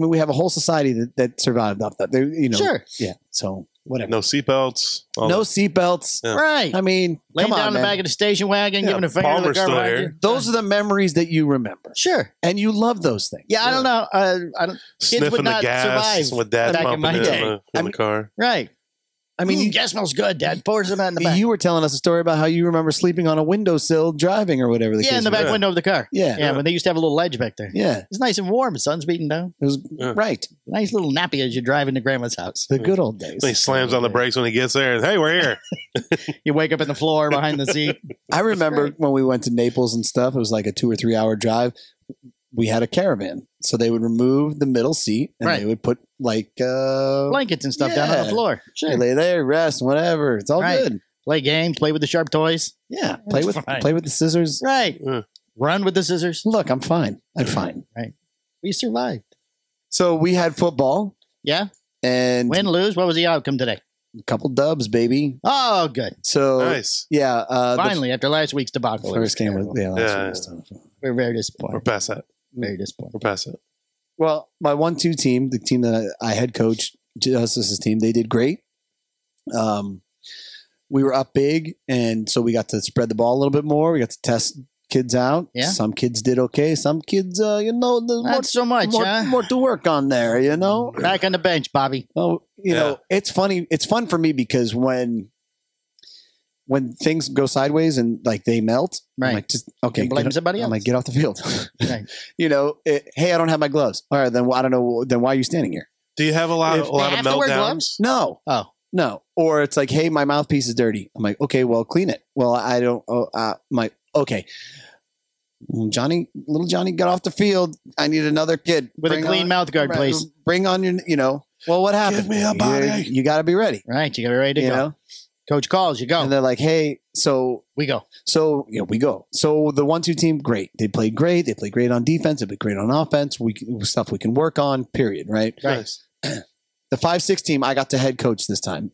Speaker 5: mean, we have a whole society that, that survived off that. They, you know,
Speaker 4: sure.
Speaker 5: yeah. So whatever.
Speaker 3: No seatbelts. all
Speaker 5: No
Speaker 3: that.
Speaker 5: seatbelts.
Speaker 3: Yeah.
Speaker 4: Right.
Speaker 5: I mean,
Speaker 4: Laying
Speaker 5: come
Speaker 4: down
Speaker 5: on,
Speaker 4: in the
Speaker 5: man.
Speaker 4: back of the station wagon,
Speaker 3: Yeah,
Speaker 4: giving a finger to the
Speaker 3: Palmer's
Speaker 4: guy
Speaker 3: still
Speaker 4: behind
Speaker 3: here.
Speaker 4: you.
Speaker 5: Those are the memories that you remember,
Speaker 4: Sure.
Speaker 5: and you love those things.
Speaker 4: Yeah, I don't know. Uh, I don't, would
Speaker 3: sniffing the
Speaker 4: not
Speaker 3: gas
Speaker 4: survive
Speaker 3: with dad's
Speaker 4: back in
Speaker 3: pumping
Speaker 4: my
Speaker 3: in,
Speaker 4: day.
Speaker 3: the, in
Speaker 5: I
Speaker 3: the
Speaker 5: mean-
Speaker 3: car.
Speaker 4: right. Mm,
Speaker 5: I mean, you,
Speaker 4: that smells good, Dad. Pours them out in the back.
Speaker 5: you were telling us a story about how you remember sleeping on a windowsill driving or whatever the
Speaker 4: yeah,
Speaker 5: case
Speaker 4: in the
Speaker 5: was.
Speaker 4: back
Speaker 3: yeah.
Speaker 4: window of the car.
Speaker 5: Yeah.
Speaker 4: Yeah, when they used to have a little ledge back there.
Speaker 5: Yeah.
Speaker 4: It's nice and warm. The sun's beating down.
Speaker 5: It was
Speaker 3: Yeah.
Speaker 5: right.
Speaker 4: Nice little nappy as you drive into Grandma's house.
Speaker 5: The good old days.
Speaker 3: He slams on the brakes when he gets there. Hey, we're here.
Speaker 4: You wake up in the floor behind the seat.
Speaker 5: I remember when we went to Naples and stuff, it was like a two or three hour drive. We had a caravan. So they would remove the middle seat and
Speaker 4: Right.
Speaker 5: they would put like uh
Speaker 4: blankets and stuff down on the
Speaker 5: Yeah.
Speaker 4: floor.
Speaker 5: they
Speaker 4: Sure.
Speaker 5: lay there, rest, whatever. It's all
Speaker 4: Right.
Speaker 5: good.
Speaker 4: Play games, play with the sharp toys.
Speaker 5: Yeah. Play with
Speaker 4: fine.
Speaker 5: play with the scissors.
Speaker 4: Right.
Speaker 3: Yeah.
Speaker 4: Run with the scissors.
Speaker 5: Look, I'm fine. I'm fine.
Speaker 4: We survived.
Speaker 5: So we had football
Speaker 4: Yeah.
Speaker 5: and
Speaker 4: Win, lose. What was the outcome today?
Speaker 5: a couple dubs, baby.
Speaker 4: Oh, good.
Speaker 5: So
Speaker 3: Nice.
Speaker 5: yeah, uh the
Speaker 4: Finally, after last week's
Speaker 5: f-
Speaker 4: debacle. it was
Speaker 5: first game was
Speaker 4: terrible.
Speaker 5: yeah, last
Speaker 3: Yeah.
Speaker 5: week was tough.
Speaker 4: We're very
Speaker 3: We're
Speaker 4: disappointed.
Speaker 3: past that.
Speaker 4: Very disappointed.
Speaker 3: We're past it.
Speaker 5: Well, my one two team, the team that I, I head coached, Justice's team, they did great. Um, we were up big, and so we got to spread the ball a little bit more. We got to test kids out.
Speaker 4: Yeah.
Speaker 5: Some kids did okay. Some kids, uh, you know, there's
Speaker 4: Not
Speaker 5: more,
Speaker 4: so much,
Speaker 5: more,
Speaker 4: huh?
Speaker 5: more to work on there, you know?
Speaker 4: Back on the bench, Bobby.
Speaker 5: Oh, you
Speaker 3: Yeah.
Speaker 5: know, it's funny. It's fun for me because when when things go sideways and like they melt,
Speaker 4: Right.
Speaker 5: I'm like, just okay,
Speaker 4: Can blame
Speaker 5: get-
Speaker 4: somebody
Speaker 5: I'm
Speaker 4: else.
Speaker 5: like, get off the field.
Speaker 4: Right.
Speaker 5: you know, it, hey, I don't have my gloves. All right, then wh- I don't know. Then why are you standing here?
Speaker 3: Do you have a lot,
Speaker 4: If
Speaker 3: a lot
Speaker 4: they
Speaker 3: of
Speaker 4: have to wear
Speaker 3: meltdowns?
Speaker 4: gloves?
Speaker 5: No,
Speaker 4: Oh,
Speaker 5: no. Or it's like, hey, my mouthpiece is dirty. I'm like, okay, well, clean it. Well, I don't. Oh, uh, my okay. Johnny, little Johnny, got off the field. I need another kid
Speaker 4: with
Speaker 5: Bring
Speaker 4: a clean
Speaker 5: on-
Speaker 4: mouth guard, please.
Speaker 5: Bring on your, you know. Well, what happened?
Speaker 2: me a
Speaker 5: You-
Speaker 2: body.
Speaker 5: You, got to be ready.
Speaker 4: Right. You got to be ready to
Speaker 5: You
Speaker 4: go.
Speaker 5: know.
Speaker 4: Coach calls. You
Speaker 5: And
Speaker 4: go.
Speaker 5: they're like, hey, so
Speaker 4: We go.
Speaker 5: so you know, we go. So the one two team, great. They played great. They played great on defense. They played great on offense. We stuff we can work on. Period. Right.
Speaker 4: Right.
Speaker 3: Nice.
Speaker 5: The five six team, I got to head coach this time.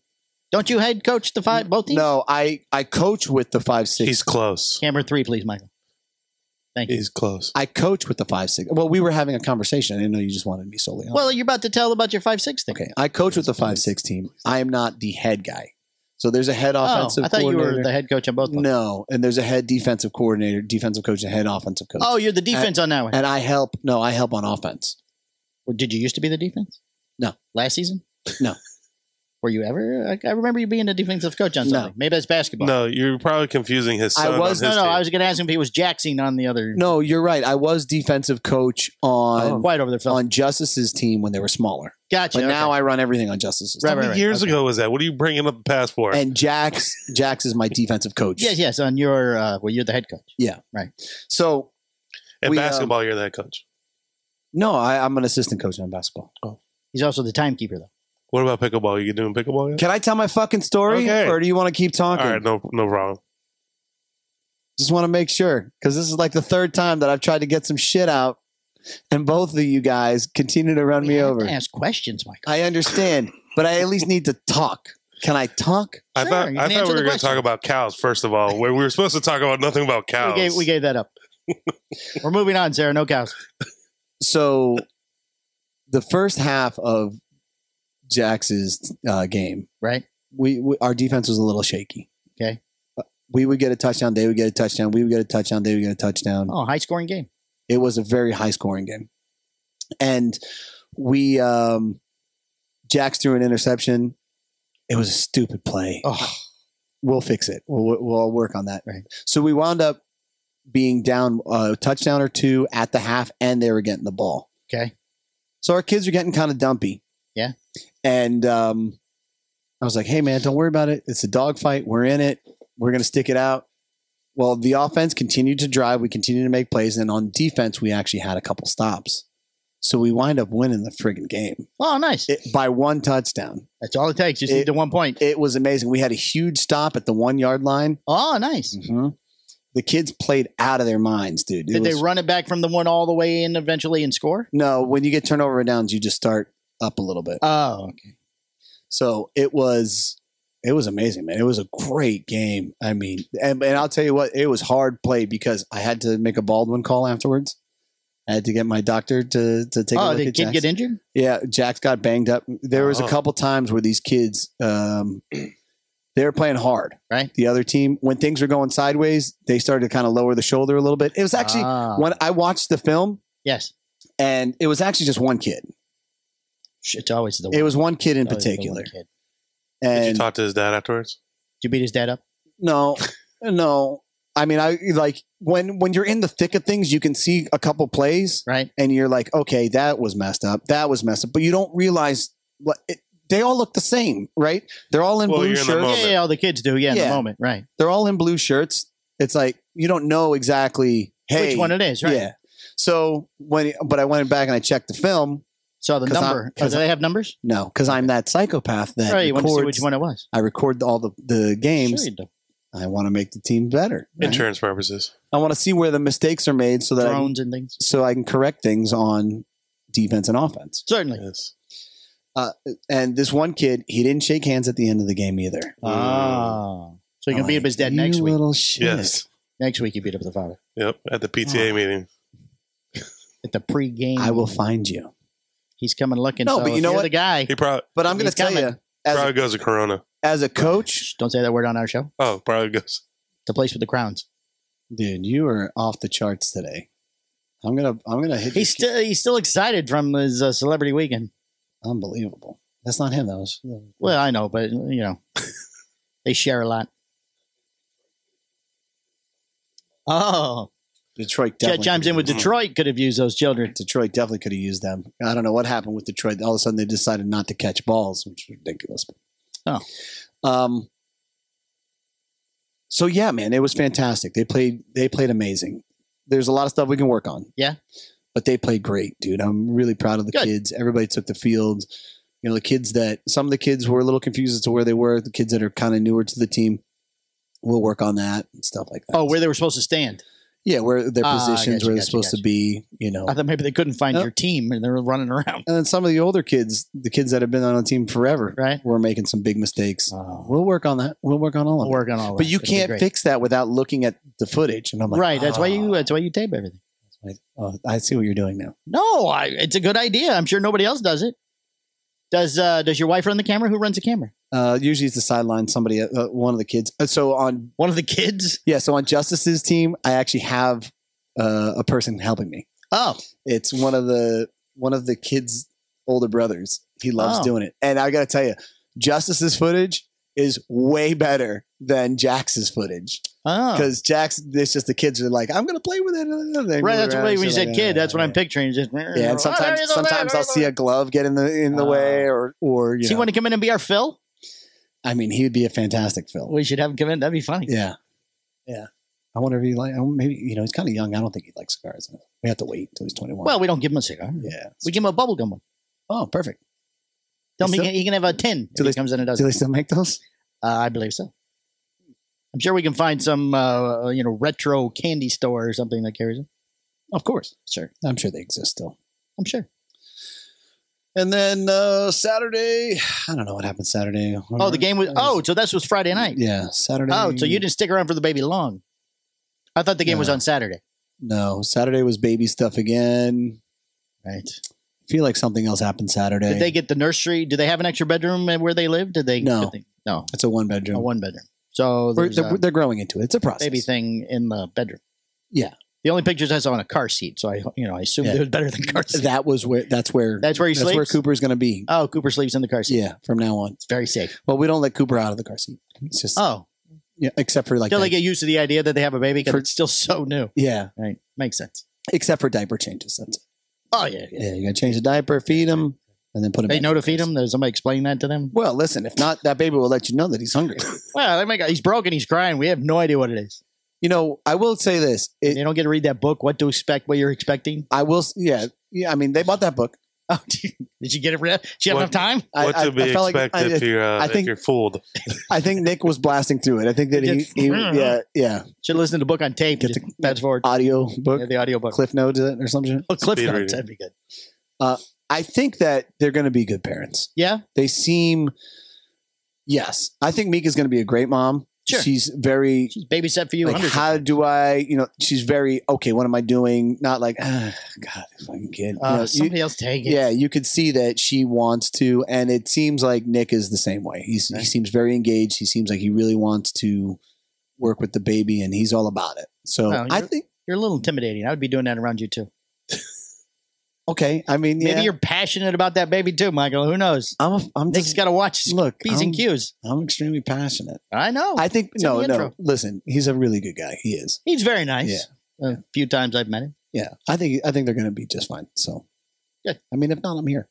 Speaker 4: Don't you head coach the five both teams?
Speaker 5: No, I I coach with the five six.
Speaker 3: He's close.
Speaker 4: Camera three, please, Michael. Thank you.
Speaker 3: He's close.
Speaker 5: I coach with the five six. Well, we were having a conversation. I didn't know you just wanted me solely. on.
Speaker 4: Well, you're about to tell about your five six thing.
Speaker 5: okay. I coach with the five six team. I am not the head guy. So there's a head
Speaker 4: Oh,
Speaker 5: offensive.
Speaker 4: I thought you were
Speaker 5: coordinator.
Speaker 4: the head coach on both. ones.
Speaker 5: No, and there's a head defensive coordinator, defensive coach, and head offensive coach.
Speaker 4: Oh, you're the defense on that one.
Speaker 5: and I help. No, I help on offense.
Speaker 4: Well, did you used to be the defense?
Speaker 5: No.
Speaker 4: Last season?
Speaker 5: No.
Speaker 4: Were you ever? I, I remember you being a defensive coach on
Speaker 5: No.
Speaker 4: something. Maybe that's basketball.
Speaker 3: No, you're probably confusing his
Speaker 5: I
Speaker 3: son.
Speaker 5: was-
Speaker 4: no,
Speaker 3: on his
Speaker 4: no.
Speaker 3: team.
Speaker 4: I was going to ask him if he was Jackson on the other.
Speaker 5: No, you're right. I was defensive coach on
Speaker 4: quite over the film.
Speaker 5: on Justice's team when they were smaller,
Speaker 4: Gotcha.
Speaker 5: but now
Speaker 4: Oh. okay.
Speaker 5: I run everything on Justice's.
Speaker 4: Right,
Speaker 3: How
Speaker 5: team.
Speaker 3: many
Speaker 4: right, right.
Speaker 3: years
Speaker 4: Okay.
Speaker 3: ago was that? What are you bringing up the past for?
Speaker 5: And Jax, Jax is my defensive coach.
Speaker 4: yes, yes. On your uh, well, you're the head coach.
Speaker 5: So
Speaker 3: In
Speaker 5: we, um,
Speaker 3: basketball, you're that coach.
Speaker 5: no, I, I'm an assistant coach on basketball.
Speaker 4: He's also the timekeeper, though.
Speaker 3: What about pickleball? You doing pickleball yet?
Speaker 5: Can I tell my fucking story,
Speaker 3: Okay.
Speaker 5: or do you want to keep talking?
Speaker 3: All right, no, no wrong.
Speaker 5: Just want to make sure because this is like the third time that I've tried to get some shit out, and both of you guys continue to run
Speaker 4: We
Speaker 5: me
Speaker 4: have
Speaker 5: over.
Speaker 4: To ask questions, Michael.
Speaker 5: I understand, but I at least need to talk. Can I talk?
Speaker 3: I
Speaker 4: Sure,
Speaker 3: thought
Speaker 4: you
Speaker 3: I
Speaker 4: can answer the
Speaker 3: thought we were going to
Speaker 4: question.
Speaker 3: talk about cows first of all. Where we were supposed to talk about nothing about cows.
Speaker 4: We gave, we gave that up. We're moving on, Sarah. No cows.
Speaker 5: So, the first half of Jax's uh, game,
Speaker 4: Right.
Speaker 5: we, we our defense was a little shaky.
Speaker 4: Okay.
Speaker 5: Uh, We would get a touchdown. They would get a touchdown. We would get a touchdown. They would get a touchdown.
Speaker 4: Oh, high scoring game.
Speaker 5: It was a very high scoring game, and we um, Jax threw an interception. It was a stupid play.
Speaker 4: Oh,
Speaker 5: We'll fix it. We'll, we'll- we'll all work on that.
Speaker 4: Right.
Speaker 5: So we wound up being down uh, a touchdown or two at the half, and they were getting the ball.
Speaker 4: okay.
Speaker 5: So our kids are getting kind of dumpy.
Speaker 4: Yeah.
Speaker 5: And um, I was like, hey, man, don't worry about it. It's a dogfight. We're in it. We're going to stick it out. Well, the offense continued to drive. We continued to make plays. And on defense, we actually had a couple stops. So we wind up winning the friggin' game
Speaker 4: Oh, nice.
Speaker 5: it, by one touchdown.
Speaker 4: That's all it takes. Just
Speaker 5: it-
Speaker 4: need the one point.
Speaker 5: It was amazing. We had a huge stop at the one yard line.
Speaker 4: oh, nice.
Speaker 5: The kids played out of their minds, dude. Mm. It
Speaker 4: Did they
Speaker 5: was-
Speaker 4: run it back from the one all the way in eventually and score?
Speaker 5: No, when you get turnover and downs, you just start up a little bit.
Speaker 4: Oh, okay.
Speaker 5: So it was it was amazing, man. It was a great game. I mean, and, and I'll tell you what, it was hard play because I had to make a Baldwin call afterwards. I had to get my doctor to to take a
Speaker 4: oh,
Speaker 5: look
Speaker 4: did
Speaker 5: at
Speaker 4: kid
Speaker 5: Jax.
Speaker 4: get injured?
Speaker 5: Yeah, Jax got banged up. There was
Speaker 3: Oh.
Speaker 5: a couple times where these kids um they were playing hard.
Speaker 4: Right.
Speaker 5: The other team, when things were going sideways, they started to kind of lower the shoulder a little bit. It was actually
Speaker 4: Ah.
Speaker 5: when I watched the film
Speaker 4: yes.
Speaker 5: and it was actually just one kid.
Speaker 4: It's always the one.
Speaker 5: It was one kid in
Speaker 4: It's always the one
Speaker 5: particular.
Speaker 4: kid.
Speaker 3: Did you
Speaker 5: And
Speaker 3: talk to his dad afterwards?
Speaker 4: you beat his dad up?
Speaker 5: no, no. I mean, I like when when you're in the thick of things, you can see a couple plays,
Speaker 4: Right.
Speaker 5: and you're like, okay, that was messed up, that was messed up, but you don't realize like, it, they all look the same, right? They're all in
Speaker 3: Well,
Speaker 5: blue
Speaker 3: you're in the
Speaker 5: shirts.
Speaker 3: moment.
Speaker 4: Yeah, yeah, all the kids do. Yeah, in
Speaker 5: Yeah.
Speaker 4: the moment, right?
Speaker 5: they're all in blue shirts. It's like you don't know exactly. Hey,
Speaker 4: Which one it is, right?
Speaker 5: Yeah. So when, but I went back and I checked the film.
Speaker 4: Saw the
Speaker 5: 'Cause I'm-
Speaker 4: number. Oh, do
Speaker 5: 'cause
Speaker 4: they have numbers?
Speaker 5: No, because I'm that psychopath that
Speaker 4: Right, you want to see
Speaker 5: records.
Speaker 4: which one it was.
Speaker 5: I record all the the games.
Speaker 4: Sure you do.
Speaker 5: I want to make the team better. right?
Speaker 3: Insurance purposes.
Speaker 5: I want to see where the mistakes are made so that I,
Speaker 4: Drones and things.
Speaker 5: so I can correct things on defense and offense.
Speaker 4: Certainly.
Speaker 3: Yes.
Speaker 5: And this one kid, he didn't shake hands at the end of the game either.
Speaker 4: Ah. So you can
Speaker 5: I'm
Speaker 4: beat
Speaker 5: like,
Speaker 4: up his dad
Speaker 5: "You
Speaker 4: next week.
Speaker 5: Little shit.
Speaker 3: Yes.
Speaker 4: Next week you beat up the father
Speaker 3: Yep. At the PTA meeting.
Speaker 4: at the pregame.
Speaker 5: I will find you.
Speaker 4: He's coming looking.
Speaker 5: No,
Speaker 4: so
Speaker 5: but you
Speaker 4: if
Speaker 5: know
Speaker 4: you're
Speaker 5: what?
Speaker 4: The guy.
Speaker 3: He probably
Speaker 5: But I'm going
Speaker 4: He's
Speaker 5: to tell
Speaker 4: coming.
Speaker 5: you, as
Speaker 3: probably
Speaker 5: a,
Speaker 3: goes to Corona.
Speaker 5: as a coach,
Speaker 4: Shh, Don't say that word on our show.
Speaker 3: Oh, probably goes.
Speaker 4: The place with the crowns.
Speaker 5: Dude, you are off the charts today. I'm gonna, I'm gonna
Speaker 4: He's
Speaker 5: hit. He's
Speaker 4: still he's still excited from his uh, celebrity weekend.
Speaker 5: unbelievable. That's not him. That was uh,
Speaker 4: Well, I know, but you know, they share a lot. Oh,
Speaker 5: Detroit.
Speaker 4: Chad
Speaker 5: definitely
Speaker 4: chimes in
Speaker 5: could've
Speaker 4: with
Speaker 5: used-
Speaker 4: Detroit could have used those children.
Speaker 5: Detroit definitely could have used them. I don't know what happened with Detroit. All of a sudden, they decided not to catch balls, which is ridiculous.
Speaker 4: Oh.
Speaker 5: um. So yeah, man, it was fantastic. They played. They played amazing. There's a lot of stuff we can work on.
Speaker 4: Yeah.
Speaker 5: but they played great, dude. I'm really proud of the
Speaker 4: Good.
Speaker 5: kids. Everybody took the field. You know, the kids that some of the kids were a little confused as to where they were. The kids that are kind of newer to the team, we'll work on that and stuff like that.
Speaker 4: Oh, where they were supposed to stand.
Speaker 5: yeah, where their
Speaker 4: Ah,
Speaker 5: positions,
Speaker 4: gotcha,
Speaker 5: where they're
Speaker 4: gotcha,
Speaker 5: supposed
Speaker 4: gotcha.
Speaker 5: to be. You know,
Speaker 4: I thought maybe they couldn't find
Speaker 5: Oh.
Speaker 4: your team and they were running around.
Speaker 5: and then some of the older kids, the kids that have been on the team forever,
Speaker 4: Right.
Speaker 5: were making some big mistakes.
Speaker 4: Oh,
Speaker 5: We'll work on that. We'll work on all of
Speaker 4: we'll
Speaker 5: it.
Speaker 4: work on all.
Speaker 5: But
Speaker 4: that.
Speaker 5: you
Speaker 4: It'll be
Speaker 5: can't
Speaker 4: great.
Speaker 5: fix that without looking at the footage. And I'm like,
Speaker 4: right. That's why
Speaker 5: "Ah."
Speaker 4: you. That's why you tape everything.
Speaker 5: Oh, I see what you're doing now.
Speaker 4: No, I, it's a good idea. I'm sure nobody else does it. Does uh, Does your wife run the camera? Who runs the camera?
Speaker 5: Uh, usually it's the sideline. Somebody, uh, uh, one of the kids. Uh, So on,
Speaker 4: One of the kids.
Speaker 5: yeah. So on Justice's team, I actually have uh, a person helping me.
Speaker 4: Oh,
Speaker 5: It's one of the one of the kids' older brothers. He loves
Speaker 4: Oh.
Speaker 5: doing it, and I got to tell you, Justice's footage is way better than Jax's footage.
Speaker 4: oh.
Speaker 5: because Jack's it's just the kids are like, I'm gonna play with it. They
Speaker 4: Right,
Speaker 5: move
Speaker 4: that's
Speaker 5: around
Speaker 4: what
Speaker 5: and
Speaker 4: when you
Speaker 5: shit
Speaker 4: said
Speaker 5: like
Speaker 4: kid.
Speaker 5: that.
Speaker 4: That's what I'm Oh, picturing. Just
Speaker 5: Yeah, and sometimes sometimes I'll see a glove get in the in the
Speaker 4: Uh,
Speaker 5: way or or you
Speaker 4: So you
Speaker 5: know.
Speaker 4: want to come in and be our Phil?
Speaker 5: I mean, he'd be a fantastic film.
Speaker 4: We should have him come in. That'd be funny.
Speaker 5: Yeah, yeah. I wonder if he like oh, maybe you know he's kind of young. I don't think he'd like cigars. We have to wait until he's 21.
Speaker 4: Well, we don't give him a cigar.
Speaker 5: yeah.
Speaker 4: We give him a bubblegum one.
Speaker 5: oh, perfect.
Speaker 4: Tell him he
Speaker 5: Is
Speaker 4: can, he can have a tin if
Speaker 5: Do
Speaker 4: he
Speaker 5: they-
Speaker 4: comes in and does
Speaker 5: Do
Speaker 4: it.
Speaker 5: they still make those?
Speaker 4: Uh, I believe so. I'm sure we can find some, uh, you know, retro candy store or something that carries it.
Speaker 5: Of course,
Speaker 4: Sure,
Speaker 5: I'm sure they exist still.
Speaker 4: I'm sure.
Speaker 5: And then uh Saturday, I don't know what happened Saturday.
Speaker 4: Oh, the game was. Oh, so this was Friday night.
Speaker 5: yeah, Saturday.
Speaker 4: Oh, so you didn't stick around for the baby long. I thought the game was
Speaker 5: No.
Speaker 4: on Saturday.
Speaker 5: No, Saturday was baby stuff again.
Speaker 4: Right.
Speaker 5: feel like something else happened Saturday.
Speaker 4: Did they get the nursery? Do they have an extra bedroom where they live? Did they?
Speaker 5: No.
Speaker 4: did they- no,
Speaker 5: It's a one bedroom.
Speaker 4: a one bedroom. So
Speaker 5: We're-
Speaker 4: there's uh,
Speaker 5: they're,
Speaker 4: a
Speaker 5: they're growing into it. It's a process.
Speaker 4: baby thing in the bedroom.
Speaker 5: Yeah.
Speaker 4: The only pictures I saw on a car seat, so I, you know, I assumed
Speaker 5: Yeah.
Speaker 4: it was better than car seat.
Speaker 5: That was where. That's where.
Speaker 4: That's where he
Speaker 5: that's
Speaker 4: sleeps.
Speaker 5: where Cooper's going to be.
Speaker 4: oh, Cooper sleeps in the car seat.
Speaker 5: yeah, from now on.
Speaker 4: It's very safe.
Speaker 5: Well, we don't let Cooper out of the car seat. It's just
Speaker 4: Oh,
Speaker 5: yeah, except for like
Speaker 4: till they
Speaker 5: di-
Speaker 4: get used to the idea that they have a baby because
Speaker 5: For-
Speaker 4: it's still so new.
Speaker 5: yeah,
Speaker 4: Right, makes sense.
Speaker 5: except for diaper changes. That's it.
Speaker 4: Oh yeah, yeah.
Speaker 5: Yeah, you got to change the diaper, feed him, and then put him.
Speaker 4: they
Speaker 5: back
Speaker 4: know
Speaker 5: in
Speaker 4: to
Speaker 5: the
Speaker 4: feed
Speaker 5: car
Speaker 4: him. Does somebody explain that to them?
Speaker 5: seat. Well, listen, if not, that baby will let you know that he's hungry.
Speaker 4: Well, they make he's broken, he's crying. We have no idea what it is.
Speaker 5: you know, I will say this. It,
Speaker 4: they don't get to read that book. What to expect? What you're expecting?
Speaker 5: I will. s- Yeah, yeah. I mean, they bought that book.
Speaker 4: Oh, did you get it read? Did you have
Speaker 3: What-
Speaker 4: enough time?
Speaker 3: What
Speaker 5: I, I-
Speaker 3: to be
Speaker 5: I felt like-
Speaker 3: expected
Speaker 5: I-
Speaker 3: if, you're, uh,
Speaker 5: I
Speaker 3: if
Speaker 5: think-
Speaker 3: you're fooled?
Speaker 5: I think Nick was blasting through it. I think that he,
Speaker 4: Just-
Speaker 5: he yeah, yeah,
Speaker 4: Should listen to the book on tape.
Speaker 5: Get
Speaker 4: Just fast forward.
Speaker 5: audio book,
Speaker 4: Yeah, the audio book.
Speaker 5: Cliff Notes it or something.
Speaker 4: Oh, Cliff
Speaker 3: Speed
Speaker 4: notes.
Speaker 3: reading.
Speaker 4: That'd be good.
Speaker 5: I think that they're going to be good parents.
Speaker 4: Yeah.
Speaker 5: They seem, yes, I think Mika's going to be a great mom.
Speaker 4: Sure.
Speaker 5: She's very,
Speaker 4: She's babysat for you.
Speaker 5: like,
Speaker 4: hundreds of
Speaker 5: how
Speaker 4: times.
Speaker 5: do I, you know, she's very, okay, what am I doing? Not like, ah, God, this fucking kid. You
Speaker 4: uh,
Speaker 5: know, you-
Speaker 4: somebody else take it.
Speaker 5: yeah, you could see that she wants to. And it seems like Nick is the same way. He's, He
Speaker 4: Right.
Speaker 5: seems very engaged. He seems like he really wants to work with the baby and he's all about it. So
Speaker 4: Well,
Speaker 5: I
Speaker 4: Oh, you're-
Speaker 5: think,
Speaker 4: You're a little intimidating. I would be doing that around you too.
Speaker 5: Okay, I mean, yeah,
Speaker 4: Maybe you're passionate about that baby too, Michael. Who knows?
Speaker 5: I'm a, I'm
Speaker 4: Nick's
Speaker 5: just
Speaker 4: got to watch his
Speaker 5: look.
Speaker 4: P's
Speaker 5: I'm,
Speaker 4: and Q's.
Speaker 5: I'm extremely passionate.
Speaker 4: I know.
Speaker 5: I think
Speaker 4: in
Speaker 5: no,
Speaker 4: the
Speaker 5: no.
Speaker 4: intro.
Speaker 5: Listen, he's a really good guy. He is.
Speaker 4: He's very nice. A few times I've met him.
Speaker 5: Yeah, I think I think they're going to be just fine. So,
Speaker 4: Good.
Speaker 5: I mean, if not, I'm here.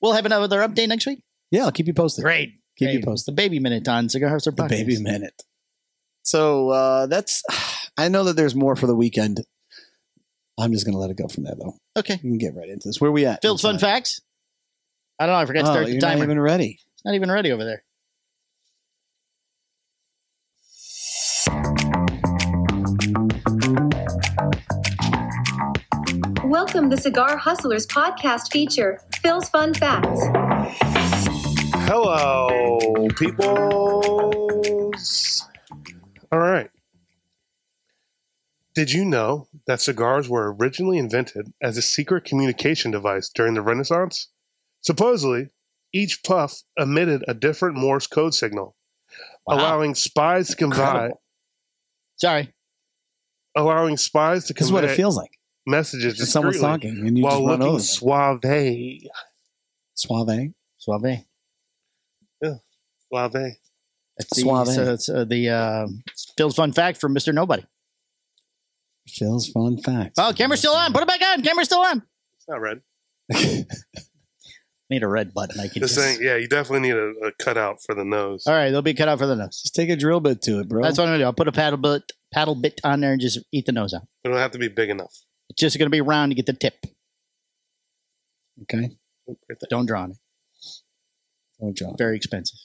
Speaker 4: We'll have another update next week.
Speaker 5: Yeah, I'll keep you posted.
Speaker 4: Great.
Speaker 5: Keep
Speaker 4: Hey,
Speaker 5: you posted.
Speaker 4: The baby minute on Cigar House or
Speaker 5: the
Speaker 4: Podcast.
Speaker 5: baby minute. So uh, that's. I know that there's more for the weekend. I'm just going to let it go from there, though.
Speaker 4: Okay.
Speaker 5: You can get right into this. Where we at?
Speaker 4: Phil's fun
Speaker 5: fact.
Speaker 4: facts. I don't know. I forgot to
Speaker 5: Oh,
Speaker 4: start
Speaker 5: you're
Speaker 4: the
Speaker 5: not
Speaker 4: timer.
Speaker 5: even ready.
Speaker 4: it's not even ready over there.
Speaker 6: Welcome to Cigar Hustlers podcast feature, Phil's Fun Facts.
Speaker 3: Hello, peoples. All right. Did you know that cigars were originally invented as a secret communication device during the Renaissance? Supposedly, each puff emitted a different Morse code signal,
Speaker 4: Wow.
Speaker 3: allowing spies to convey
Speaker 4: Incredible. Sorry.
Speaker 3: allowing spies to
Speaker 5: This is what it
Speaker 3: convey
Speaker 5: feels like.
Speaker 3: messages
Speaker 5: It's someone's
Speaker 3: discreetly
Speaker 5: talking, and you
Speaker 3: while
Speaker 5: just run over
Speaker 3: looking suave,
Speaker 5: them. Suave.
Speaker 4: Suave.
Speaker 3: suave.
Speaker 4: That's the,
Speaker 5: Suave.
Speaker 4: so it's, uh, the uh, Phil's fun fact from Mr. Nobody.
Speaker 5: Phil's fun facts.
Speaker 4: Oh, camera's still on. Put it back on. Camera's still on.
Speaker 3: It's not red.
Speaker 4: Need a red button. I can
Speaker 3: This
Speaker 4: just.
Speaker 3: thing, yeah, you definitely need a, a cutout for the nose.
Speaker 4: All right, they'll be cut out for the nose.
Speaker 5: Just take a drill bit to it, bro.
Speaker 4: That's what I'm gonna do. I'll put a paddle bit, paddle bit on there and just eat the nose out.
Speaker 3: It'll have to be big enough.
Speaker 4: It's just gonna be round to get the tip.
Speaker 5: okay.
Speaker 4: Don't draw on it.
Speaker 5: Don't draw.
Speaker 4: Very expensive.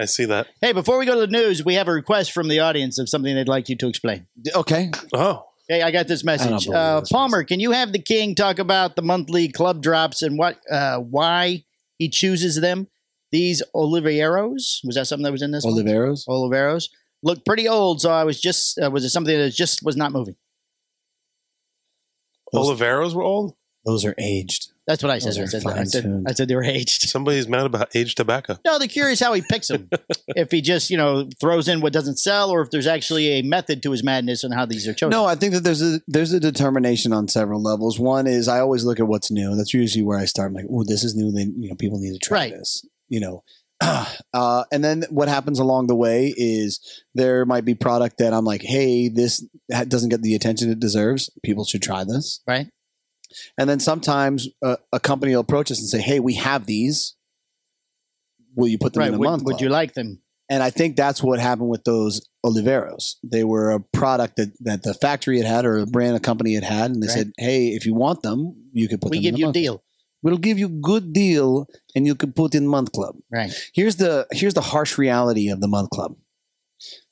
Speaker 3: I see that.
Speaker 4: Hey, before we go to the news, we have a request from the audience of something they'd like you to explain.
Speaker 5: Okay.
Speaker 3: Oh,
Speaker 4: Hey, I got this message.
Speaker 5: believe
Speaker 4: Uh,
Speaker 5: this
Speaker 4: Palmer, can you have the king talk about the monthly club drops and what uh, why he chooses them? These Olivieros was that something that was in this? one?
Speaker 5: Oliveros.
Speaker 4: Oliveros look pretty old, so I was just uh, was it something that just was not moving?
Speaker 5: Those-
Speaker 3: Oliveros were old.
Speaker 5: Those are aged.
Speaker 4: That's what I said.
Speaker 5: Those
Speaker 4: I
Speaker 5: are
Speaker 4: said, I said,
Speaker 5: fine-tuned.
Speaker 4: I said they were aged.
Speaker 3: Somebody's mad about aged tobacco.
Speaker 4: No, they're curious how he picks them. if he just, you know, throws in what doesn't sell, or if there's actually a method to his madness and how these are chosen.
Speaker 5: No, I think that there's a there's a determination on several levels. One is I always look at what's new. That's usually where I start. I'm like, oh, this is new. Then you know, people need to try
Speaker 4: Right.
Speaker 5: this. You know, uh, and then what happens along the way is there might be product that I'm like, hey, this ha- doesn't get the attention it deserves. People should try this.
Speaker 4: Right.
Speaker 5: And then sometimes uh, a company will approach us and say, hey, we have these. Will you put them
Speaker 4: right?
Speaker 5: in a
Speaker 4: Would,
Speaker 5: month?
Speaker 4: would you like them?
Speaker 5: And I think that's what happened with those Oliveros. They were a product that, that the factory had had or a brand, a company had had, and they
Speaker 4: Right.
Speaker 5: said, "Hey, if you want them, you could put
Speaker 4: we
Speaker 5: them."
Speaker 4: give
Speaker 5: in the
Speaker 4: you a
Speaker 5: month.
Speaker 4: deal,
Speaker 5: We'll give you good deal, and you can put in month club.
Speaker 4: right?
Speaker 5: Here's the here's the harsh reality of the month club.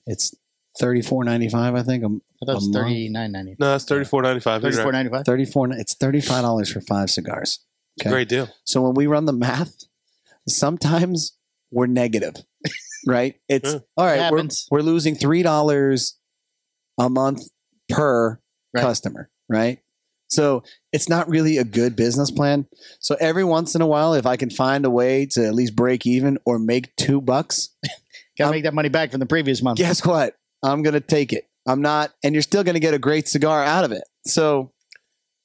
Speaker 5: It's thirty four ninety five, I think. Um,
Speaker 4: I thought it was
Speaker 5: A month.
Speaker 4: thirty nine ninety.
Speaker 3: No, that's thirty four ninety five.
Speaker 4: Thirty four ninety five.
Speaker 5: thirty four. It's thirty five dollars for five cigars. Okay.
Speaker 3: Great deal.
Speaker 5: So when we run the math, sometimes we're negative, right? It's
Speaker 3: Yeah.
Speaker 5: all right. We're,
Speaker 4: Happens.
Speaker 5: we're losing three dollars a month per
Speaker 4: Right.
Speaker 5: customer, right? So it's not really a good business plan. So every once in a while, if I can find a way to at least break even or make two bucks,
Speaker 4: Gotta
Speaker 5: I'm-
Speaker 4: make that money back from the previous month.
Speaker 5: guess what? I'm gonna take it. I'm not, and you're still gonna get a great cigar out of it. So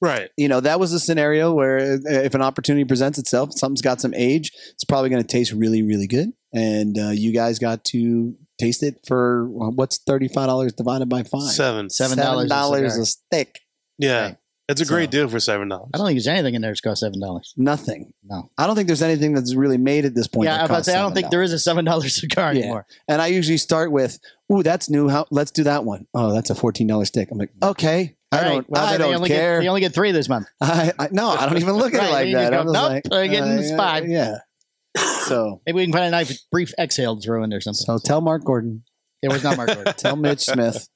Speaker 3: Right.
Speaker 5: you know that was a scenario where uh, if an opportunity presents itself something's got some age it's probably going to taste really really good and uh, you guys got to taste it for well, what's $35 divided by five
Speaker 3: Seven.
Speaker 4: Seven dollars.
Speaker 5: $7
Speaker 4: I
Speaker 5: a stick
Speaker 3: Yeah,
Speaker 4: Right.
Speaker 3: it's a great
Speaker 5: So-
Speaker 3: deal for seven dollars.
Speaker 4: don't think there's anything in there that's cost seven dollars.
Speaker 5: nothing
Speaker 4: No.
Speaker 5: i don't think there's anything that's really made at this point
Speaker 4: Yeah,
Speaker 5: that
Speaker 4: I was about to
Speaker 5: costs
Speaker 4: say I don't think
Speaker 5: $7.
Speaker 4: there is a seven dollar cigar
Speaker 5: Yeah.
Speaker 4: anymore.
Speaker 5: and i usually start with ooh that's new how let's do that one. Oh, that's a $14 stick i'm like okay
Speaker 4: All
Speaker 5: i
Speaker 4: right,
Speaker 5: don't
Speaker 4: well,
Speaker 5: i
Speaker 4: they
Speaker 5: don't
Speaker 4: only
Speaker 5: care
Speaker 4: Get, they only get three this month.
Speaker 5: I, I no i don't even look at
Speaker 4: Right,
Speaker 5: it like
Speaker 4: you
Speaker 5: that
Speaker 4: go,
Speaker 5: i'm just
Speaker 4: nope,
Speaker 5: like
Speaker 4: I get
Speaker 5: uh,
Speaker 4: this five.
Speaker 5: yeah so
Speaker 4: Maybe we can find a nice brief exhale to throw in there or something.
Speaker 5: so tell mark gordon
Speaker 4: it was not Mark Gordon.
Speaker 5: Tell Mitch Smith.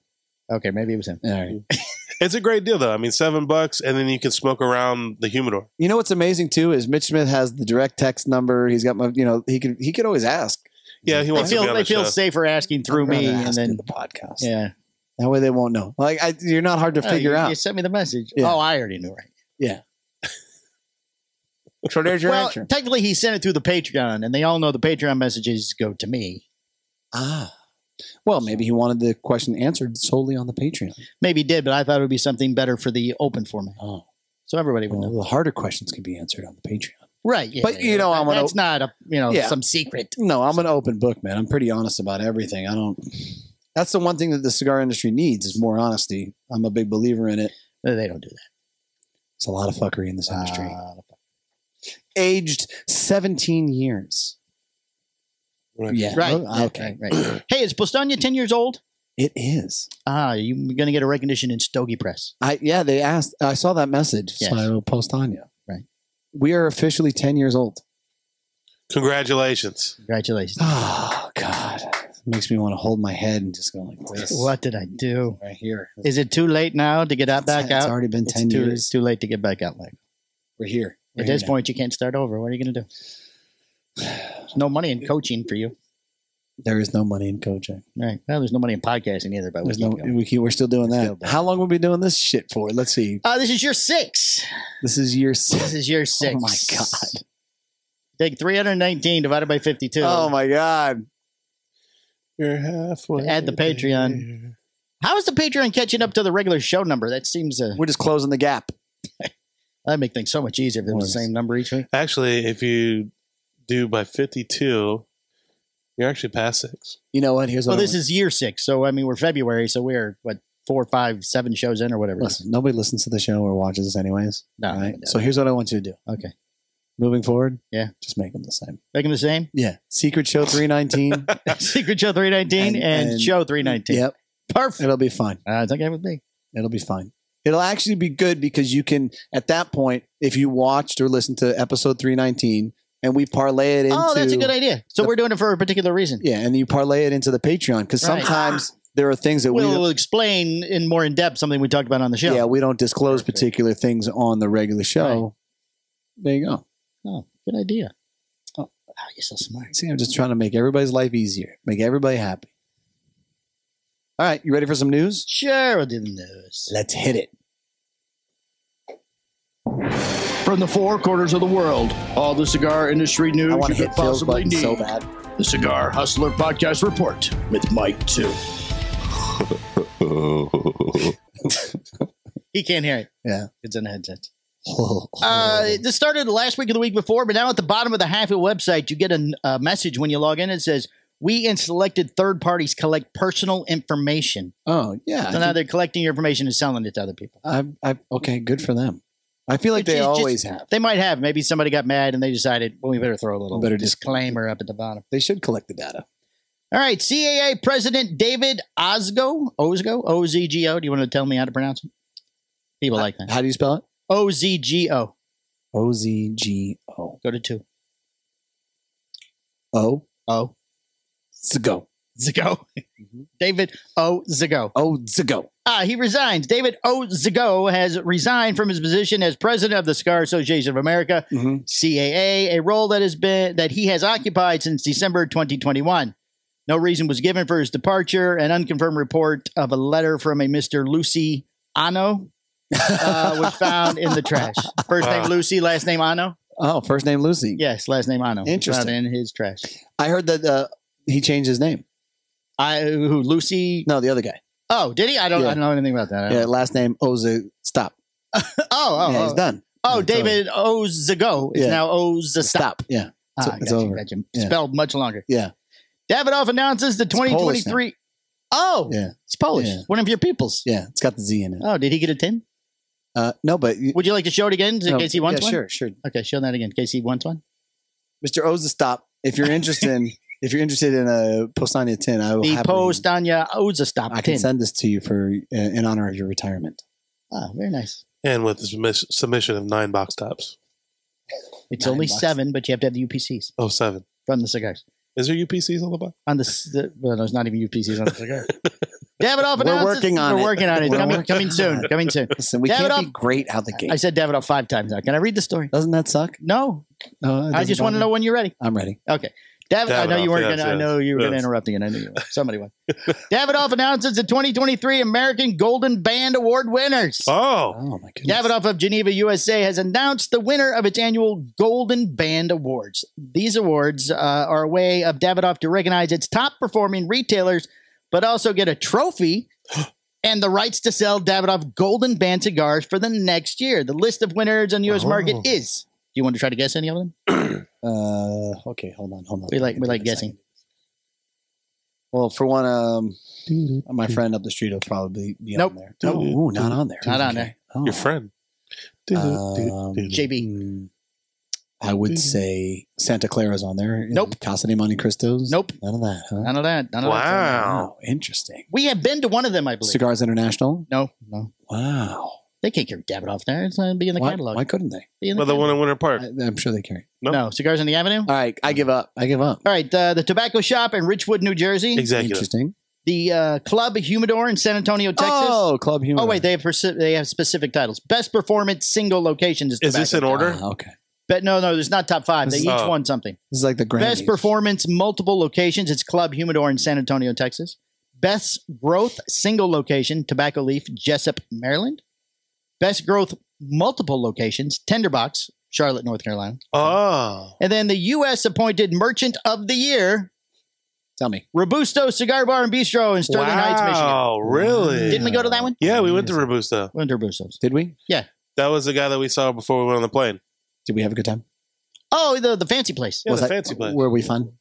Speaker 4: Okay, maybe it was him.
Speaker 5: All right.
Speaker 3: It's a great deal though. I mean, seven bucks, and then you can smoke around the humidor.
Speaker 5: You know what's amazing too is Mitch Smith has the direct text number. He's got my, you know, he could he could always ask.
Speaker 3: Yeah, he
Speaker 4: They
Speaker 3: wants to be
Speaker 4: feel
Speaker 3: on
Speaker 4: they
Speaker 3: the
Speaker 4: feel
Speaker 3: show.
Speaker 4: safer asking through
Speaker 5: I'd rather
Speaker 4: me and
Speaker 5: ask
Speaker 4: then
Speaker 5: in the podcast.
Speaker 4: yeah.
Speaker 5: That way they won't know. Like I, you're not hard to
Speaker 4: Oh,
Speaker 5: figure
Speaker 4: you,
Speaker 5: out.
Speaker 4: You sent me the message.
Speaker 5: Yeah.
Speaker 4: Oh, I already knew, right?
Speaker 5: so there's your
Speaker 4: well,
Speaker 5: answer.
Speaker 4: technically, he sent it through the Patreon, and they all know the Patreon messages go to me.
Speaker 5: ah. Well, maybe he wanted the question answered solely on the Patreon.
Speaker 4: Maybe he did, but I thought it would be something better for the open format.
Speaker 5: Oh.
Speaker 4: so everybody would
Speaker 5: Well,
Speaker 4: know.
Speaker 5: the harder questions can be answered on the Patreon.
Speaker 4: Right. yeah,
Speaker 5: But,
Speaker 4: yeah,
Speaker 5: you know, I'm gonna-
Speaker 4: that's not a you know
Speaker 5: Yeah.
Speaker 4: some secret.
Speaker 5: No, I'm an open book, man. I'm pretty honest about everything. I don't. That's the one thing that the cigar industry needs is more honesty. I'm a big believer in it.
Speaker 4: No, They don't do that.
Speaker 5: It's a lot of fuckery in this industry.
Speaker 4: Uh,
Speaker 5: Aged 17 years.
Speaker 3: Right.
Speaker 5: Yeah.
Speaker 4: right.
Speaker 5: Oh, Okay.
Speaker 4: Okay. Right, right. hey, is Bostonia ten years old?
Speaker 5: It is.
Speaker 4: Ah, you're gonna get a recognition in Stogie Press.
Speaker 5: I yeah. They asked. I saw that message.
Speaker 4: Yes.
Speaker 5: So I will post on you.
Speaker 4: Right.
Speaker 5: We are officially 10 years old.
Speaker 3: Congratulations.
Speaker 4: Congratulations.
Speaker 5: Oh God, it makes me want to hold my head and just go like this.
Speaker 4: What did I do?
Speaker 5: right here?
Speaker 4: Is it too late now to get out back
Speaker 5: it's,
Speaker 4: out?
Speaker 5: It's already been
Speaker 4: It's
Speaker 5: ten
Speaker 4: too,
Speaker 5: years.
Speaker 4: It's too late to get back out. Like
Speaker 5: We're here. We're
Speaker 4: at
Speaker 5: here
Speaker 4: this
Speaker 5: now.
Speaker 4: point, you can't start over. What are you going to do? There's no money in coaching for you.
Speaker 5: there is no money in coaching.
Speaker 4: All Right. Well, there's no money in podcasting either. But we
Speaker 5: There's
Speaker 4: keep
Speaker 5: no.
Speaker 4: going.
Speaker 5: We keep, we're still doing that.
Speaker 4: Still doing
Speaker 5: How long have we been doing this shit for? Let's see.
Speaker 4: Uh, this is year six.
Speaker 5: This is year
Speaker 4: This
Speaker 5: six.
Speaker 4: is year six.
Speaker 5: Oh my god.
Speaker 4: Take 319 divided by 52.
Speaker 5: Oh my god.
Speaker 3: You're halfway.
Speaker 4: Add the Patreon.
Speaker 3: there.
Speaker 4: How is the Patreon catching up to the regular show number? That seems uh,
Speaker 5: We're just closing the gap.
Speaker 4: that make things so much easier if it was the
Speaker 5: Worse.
Speaker 4: same number each week.
Speaker 3: Actually, if you do by 52, you're actually past six.
Speaker 5: You know what? Here's what.
Speaker 4: Well,
Speaker 5: I
Speaker 4: this
Speaker 5: want-
Speaker 4: is year six, so I mean we're February, so we're what four, five, seven shows in or whatever. it is.
Speaker 5: Listen, nobody listens to the show or watches this anyways.
Speaker 4: No,
Speaker 5: all right.
Speaker 4: no.
Speaker 5: So here's what I want you to do.
Speaker 4: Okay.
Speaker 5: Moving forward.
Speaker 4: Yeah.
Speaker 5: Just make them the same.
Speaker 4: Make them the same.
Speaker 5: Yeah. Secret Show 319.
Speaker 4: Secret Show 319
Speaker 5: And-
Speaker 4: and,
Speaker 5: and-
Speaker 4: Show 319.
Speaker 5: Yep.
Speaker 4: Perfect.
Speaker 5: It'll be fine.
Speaker 4: Uh, it's okay with me.
Speaker 5: It'll be fine. It'll actually be good because you can, at that point, if you watched or listened to episode 319 and we parlay it into.
Speaker 4: oh, that's a good idea. So
Speaker 5: the-
Speaker 4: we're doing it for a particular reason.
Speaker 5: Yeah. And you parlay it into the Patreon because
Speaker 4: Right.
Speaker 5: sometimes there are things that
Speaker 4: We'll,
Speaker 5: we.
Speaker 4: we'll explain in more in depth something we talked about on the show.
Speaker 5: Yeah, we don't disclose
Speaker 4: Perfect.
Speaker 5: particular things on the regular show. There you go.
Speaker 4: Oh, good idea.
Speaker 5: Oh.
Speaker 4: Oh, you're so smart.
Speaker 5: See, I'm just trying to make everybody's life easier, make everybody happy. All right, you ready for some news?
Speaker 4: Sure, we'll do the news.
Speaker 5: Let's hit it.
Speaker 7: From the four corners of the world, all the cigar industry news
Speaker 5: I want
Speaker 7: you
Speaker 5: to
Speaker 7: could
Speaker 5: hit Phil's
Speaker 7: possibly
Speaker 5: button
Speaker 7: need.
Speaker 5: so bad.
Speaker 7: The Cigar Hustler Podcast Report with Mike Two.
Speaker 4: He can't hear it.
Speaker 5: Yeah. Oh.
Speaker 4: It's in the headset. Uh, this started last week or the week before, but now at the bottom of the Half It website, you get a uh, message when you log in. It says, We and selected third parties collect personal information.
Speaker 5: oh yeah, I
Speaker 4: So now they're collecting your information and selling it to other people.
Speaker 5: I, I okay, good for them. I feel like
Speaker 4: It's-
Speaker 5: they
Speaker 4: it's just-
Speaker 5: always have.
Speaker 4: They might have. Maybe somebody got mad and they decided, well, we better throw a little
Speaker 5: Better just-
Speaker 4: disclaimer up at the bottom.
Speaker 5: They should collect the data.
Speaker 4: All right, CAA President David Ozgo, Ozgo, O Z G O. Do you want to tell me how to pronounce it? People like that.
Speaker 5: How do you spell it?
Speaker 4: O Z G O.
Speaker 5: O Z G O
Speaker 4: Go to two.
Speaker 5: O
Speaker 4: O
Speaker 5: Zigo
Speaker 4: Zigo. David O Zigo.
Speaker 5: O Zigo.
Speaker 4: Ah, he resigns. David O Zigo has resigned from his position as president of the Cigar Association of America
Speaker 5: Mhm.
Speaker 4: CAA, a role that has been that he has occupied since December 2021. No reason was given for his departure. An unconfirmed report of a letter from a Mr. Lucy Ano uh, was found in the trash. First name
Speaker 3: Wow.
Speaker 4: Lucy, last name Ano.
Speaker 5: Oh, first name Lucy.
Speaker 4: Yes, last name Ano.
Speaker 5: Interesting.
Speaker 4: Found in his trash.
Speaker 5: I heard that uh, he changed his name.
Speaker 4: I who Lucy?
Speaker 5: No, the other guy.
Speaker 4: Oh, did he? I don't.
Speaker 5: Yeah.
Speaker 4: I don't know anything about that. I
Speaker 5: Yeah,
Speaker 4: don't-
Speaker 5: last name Ozi. Stop.
Speaker 4: Oh, oh,
Speaker 5: yeah, he's
Speaker 4: oh.
Speaker 5: done.
Speaker 4: Oh,
Speaker 5: Yeah, totally.
Speaker 4: David Ozago is
Speaker 5: Yeah.
Speaker 4: now Ozastop.
Speaker 5: Stop. Yeah,
Speaker 4: Ah,
Speaker 5: It's- it's
Speaker 4: gotcha,
Speaker 5: over.
Speaker 4: gotcha.
Speaker 5: Yeah.
Speaker 4: Spelled much longer.
Speaker 5: yeah,
Speaker 4: Davidoff announces the
Speaker 5: Polish now.
Speaker 4: 2023. Oh,
Speaker 5: yeah,
Speaker 4: It's Polish.
Speaker 5: Yeah.
Speaker 4: One of your peoples.
Speaker 5: yeah. It's got the Z in it.
Speaker 4: Oh, did he get a 10?
Speaker 5: Uh, no, but you,
Speaker 4: Would you like to show it again in
Speaker 5: no,
Speaker 4: case he wants
Speaker 5: yeah,
Speaker 4: one?
Speaker 5: Sure, sure.
Speaker 4: Okay, show that again in case he wants one.
Speaker 5: Mr. Oza, stop. If you're interested, in, if you're interested in a Postania tin, I will.
Speaker 4: The
Speaker 5: happily-
Speaker 4: Postanya Ozastop
Speaker 5: I
Speaker 4: 10.
Speaker 5: can send this to you for uh, in honor of your retirement.
Speaker 4: Oh, very nice.
Speaker 3: And with the submis- submission of nine box tops.
Speaker 4: It's
Speaker 5: Nine
Speaker 4: only
Speaker 5: bucks.
Speaker 4: seven, but you have to have the UPCs
Speaker 3: Oh, seven.
Speaker 4: from the cigars.
Speaker 3: Is there UPCs on the box?
Speaker 4: On the, s- the well, there's not even UPCs on the cigar. Davidoff
Speaker 5: We're
Speaker 4: announces-
Speaker 5: working on
Speaker 4: We're
Speaker 5: it.
Speaker 4: working on it.
Speaker 5: We're
Speaker 4: Coming,
Speaker 5: working
Speaker 4: coming
Speaker 5: on
Speaker 4: soon.
Speaker 5: it.
Speaker 4: Coming soon.
Speaker 5: Listen, we
Speaker 4: Dab it
Speaker 5: can't
Speaker 4: up.
Speaker 5: be great out the gate.
Speaker 4: I said Davidoff five times now. Can I read the story?
Speaker 5: Doesn't that suck?
Speaker 4: No,
Speaker 5: No, it
Speaker 4: I
Speaker 5: doesn't
Speaker 4: just want to
Speaker 5: bother
Speaker 4: know
Speaker 5: me.
Speaker 4: when you're ready.
Speaker 5: I'm ready.
Speaker 4: Okay. David, I know
Speaker 3: Davidoff,
Speaker 4: you weren't
Speaker 3: yes,
Speaker 4: gonna. I
Speaker 3: yes,
Speaker 4: know you were gonna
Speaker 3: yes.
Speaker 4: interrupt again. I knew you. Were. Somebody was. Davidoff announces the 2023 American Golden Band Award winners.
Speaker 3: Oh,
Speaker 5: Oh my goodness.
Speaker 4: Davidoff of Geneva, USA, has announced the winner of its annual Golden Band Awards. These awards uh, are a way of Davidoff to recognize its top performing retailers, but also get a trophy and the rights to sell Davidoff Golden Band cigars for the next year. The list of winners on the U.S. market
Speaker 5: Oh.
Speaker 4: is. Do you want to try to guess any of them?
Speaker 5: Uh, okay, hold on, hold on.
Speaker 4: We like we
Speaker 5: Give me
Speaker 4: like
Speaker 5: a
Speaker 4: guessing.
Speaker 5: second. Well, for one, um, my friend up the street will probably be
Speaker 4: Hmm. Nope.
Speaker 5: on there. No, ooh, not on there.
Speaker 4: Not on there.
Speaker 5: Oh.
Speaker 3: Your friend.
Speaker 5: Um,
Speaker 4: JB.
Speaker 5: Mm, I would say Santa Clara's on there.
Speaker 4: Nope.
Speaker 5: Casa de Monte Cristo's.
Speaker 4: Nope.
Speaker 5: None of that. Huh?
Speaker 4: None of that. None of that.
Speaker 3: Wow.
Speaker 5: Wow, interesting.
Speaker 4: We have been to one of them, I believe.
Speaker 5: Cigars International.
Speaker 4: No, no,
Speaker 5: Wow.
Speaker 4: they can't carry Davidoff there. It's not be in the
Speaker 5: why,
Speaker 4: catalog.
Speaker 5: why couldn't they?
Speaker 4: Be in the
Speaker 3: Well, the
Speaker 4: catalog.
Speaker 3: one in Winter Park.
Speaker 5: I, I'm sure they carry.
Speaker 3: No.
Speaker 4: No, cigars on the avenue.
Speaker 5: All right, I give up. I give up.
Speaker 4: All right, uh, the tobacco shop in Richwood, New Jersey.
Speaker 3: Executive.
Speaker 5: Interesting.
Speaker 4: The uh, club Humidor in San Antonio, Texas.
Speaker 5: Oh, Club Humor.
Speaker 4: Oh, wait, they have persi- they have specific titles. Best performance single locations.
Speaker 3: Is this
Speaker 4: tobacco
Speaker 3: in
Speaker 4: shop.
Speaker 3: order?
Speaker 5: Ah, okay.
Speaker 4: But no, no, there's not top five. They
Speaker 5: This
Speaker 4: each
Speaker 5: is-
Speaker 3: oh.
Speaker 4: won something.
Speaker 5: This is like the grand.
Speaker 4: Best performance, multiple locations. It's Club Humidor in San Antonio, Texas. Best growth, single location, Tobacco Leaf, Jessup, Maryland. Best growth, multiple locations, Tenderbox, Charlotte, North Carolina.
Speaker 3: Oh.
Speaker 4: And then the U.S. appointed Merchant of the Year,
Speaker 5: Tell me.
Speaker 4: Robusto Cigar Bar and Bistro in Sterling Heights, Michigan.
Speaker 3: wow. Really?
Speaker 4: Didn't we go to that one?
Speaker 3: yeah, we went to Robusto.
Speaker 4: Went to Robusto's.
Speaker 5: Did we?
Speaker 3: That was the guy that we saw before we went on the plane.
Speaker 5: Did we have a good time?
Speaker 4: Oh, the, the fancy place.
Speaker 3: Yeah,
Speaker 5: was
Speaker 3: the
Speaker 5: that-
Speaker 3: fancy place.
Speaker 5: Were we fun?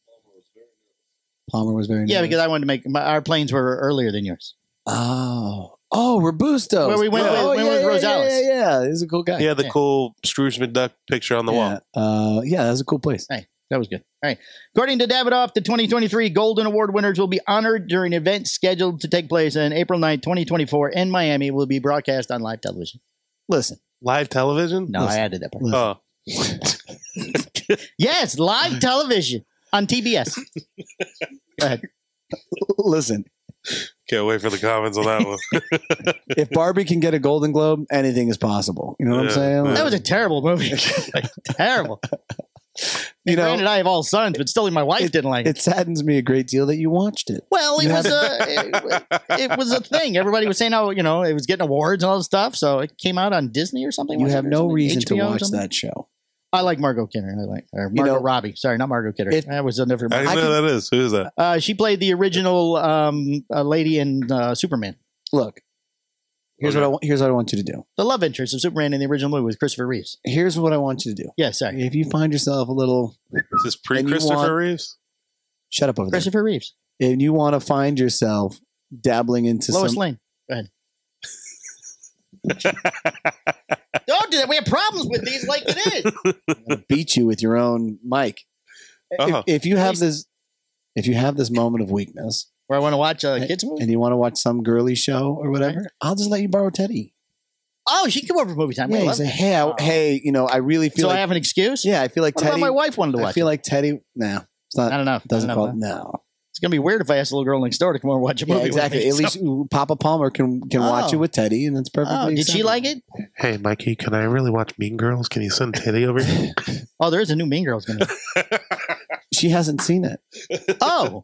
Speaker 5: Palmer was very.
Speaker 4: Yeah,
Speaker 5: nervous.
Speaker 4: because I wanted to make my, our planes were earlier than yours.
Speaker 5: Oh, oh, Robusto.
Speaker 4: Where we went
Speaker 5: oh,
Speaker 4: with- we went with
Speaker 5: yeah,
Speaker 4: Rosales.
Speaker 5: Yeah, yeah, yeah. he's a cool guy.
Speaker 3: He had the
Speaker 4: Yeah.
Speaker 3: cool Scrooge McDuck picture on the wall.
Speaker 5: wall. Uh, yeah, that was a cool place.
Speaker 4: That was good. All right. According to Davidoff, the 2023 Golden Award winners will be honored during an event scheduled to take place on April 9, 2024 in Miami. It Will be broadcast on live television.
Speaker 5: Listen,
Speaker 3: Live television?
Speaker 4: No, I
Speaker 5: Listen.
Speaker 4: added that part.
Speaker 5: listen.
Speaker 3: Oh.
Speaker 4: Yes, live television on TBS. Go ahead.
Speaker 5: listen.
Speaker 3: Can't wait for the comments on that one.
Speaker 5: If Barbie can get a Golden Globe, anything is possible. You know what
Speaker 3: Yeah,
Speaker 5: I'm saying?
Speaker 3: yeah.
Speaker 4: That was a terrible movie. Like, terrible.
Speaker 5: you know,
Speaker 4: Granted, I have all sons, but still, my wife didn't like it.
Speaker 5: it saddens me a great deal that you watched it.
Speaker 4: Well, it
Speaker 5: You
Speaker 4: was a it, it was a thing. Everybody was saying, "Oh, you know, it was getting awards and all this stuff." So it came out on Disney or something.
Speaker 5: You
Speaker 4: was it,
Speaker 5: have
Speaker 4: or
Speaker 5: no
Speaker 4: something?
Speaker 5: reason to
Speaker 4: HBO or
Speaker 5: watch
Speaker 4: something?
Speaker 5: that show.
Speaker 4: I like Margot Kidder. I like or
Speaker 5: You
Speaker 4: Margot
Speaker 5: know-
Speaker 4: Robbie. Sorry, not Margot Kidder.
Speaker 5: If-
Speaker 4: that was a different.
Speaker 3: I, know
Speaker 5: I
Speaker 3: who
Speaker 5: can-
Speaker 3: that is. Who is that?
Speaker 4: Uh, she played the original um, uh, lady in uh, Superman.
Speaker 5: Look, here's
Speaker 3: Okay.
Speaker 5: what I want. Here's what I want you to do.
Speaker 4: The love interest of Superman in the original movie was Christopher Reeves.
Speaker 5: Here's what I want you to do.
Speaker 4: Yeah, sorry,
Speaker 5: If you find yourself a little,
Speaker 3: Is this pre
Speaker 5: And you
Speaker 3: Christopher
Speaker 5: want-
Speaker 3: Reeves?
Speaker 5: shut up over there.
Speaker 4: Christopher Reeves,
Speaker 5: and you want to find yourself dabbling into
Speaker 4: Lois
Speaker 5: some,
Speaker 4: Lane. Go ahead. Don't do that. We have problems with these, like it is.
Speaker 5: gonna beat you with your own mic. If-
Speaker 3: Uh-huh.
Speaker 5: If, you have
Speaker 4: Please.
Speaker 5: this, if you have this moment of weakness
Speaker 4: Where I want to watch a kids movie.
Speaker 5: and you want to watch some girly show or whatever, I'll just let you borrow Teddy.
Speaker 4: Oh, she can come over for movie time. We
Speaker 5: yeah, you
Speaker 4: love
Speaker 5: say,
Speaker 4: that.
Speaker 5: hey, I,
Speaker 4: Oh.
Speaker 5: hey, you know, I really feel
Speaker 4: so
Speaker 5: like,
Speaker 4: I have an excuse.
Speaker 5: yeah, I feel like
Speaker 4: What about
Speaker 5: Teddy.
Speaker 4: my wife wanted to
Speaker 5: I
Speaker 4: watch?
Speaker 5: feel like Teddy. No,
Speaker 4: it?
Speaker 5: it's not.
Speaker 4: I don't know. I
Speaker 5: doesn't
Speaker 4: don't know.
Speaker 5: call no.
Speaker 4: It's gonna be weird if I ask a little girl next door to come over and watch a
Speaker 5: Yeah,
Speaker 4: movie. with
Speaker 5: exactly.
Speaker 4: me.
Speaker 5: At
Speaker 4: So-
Speaker 5: least ooh, Papa Palmer can can watch
Speaker 4: Oh.
Speaker 5: it with Teddy, and it's perfectly.
Speaker 4: Oh, did she
Speaker 5: acceptable.
Speaker 4: like it?
Speaker 3: Hey, Mikey, can I really watch Mean Girls? Can you send Teddy over here?
Speaker 4: Oh, there is a new Mean Girls gonna.
Speaker 5: She hasn't seen it.
Speaker 4: oh,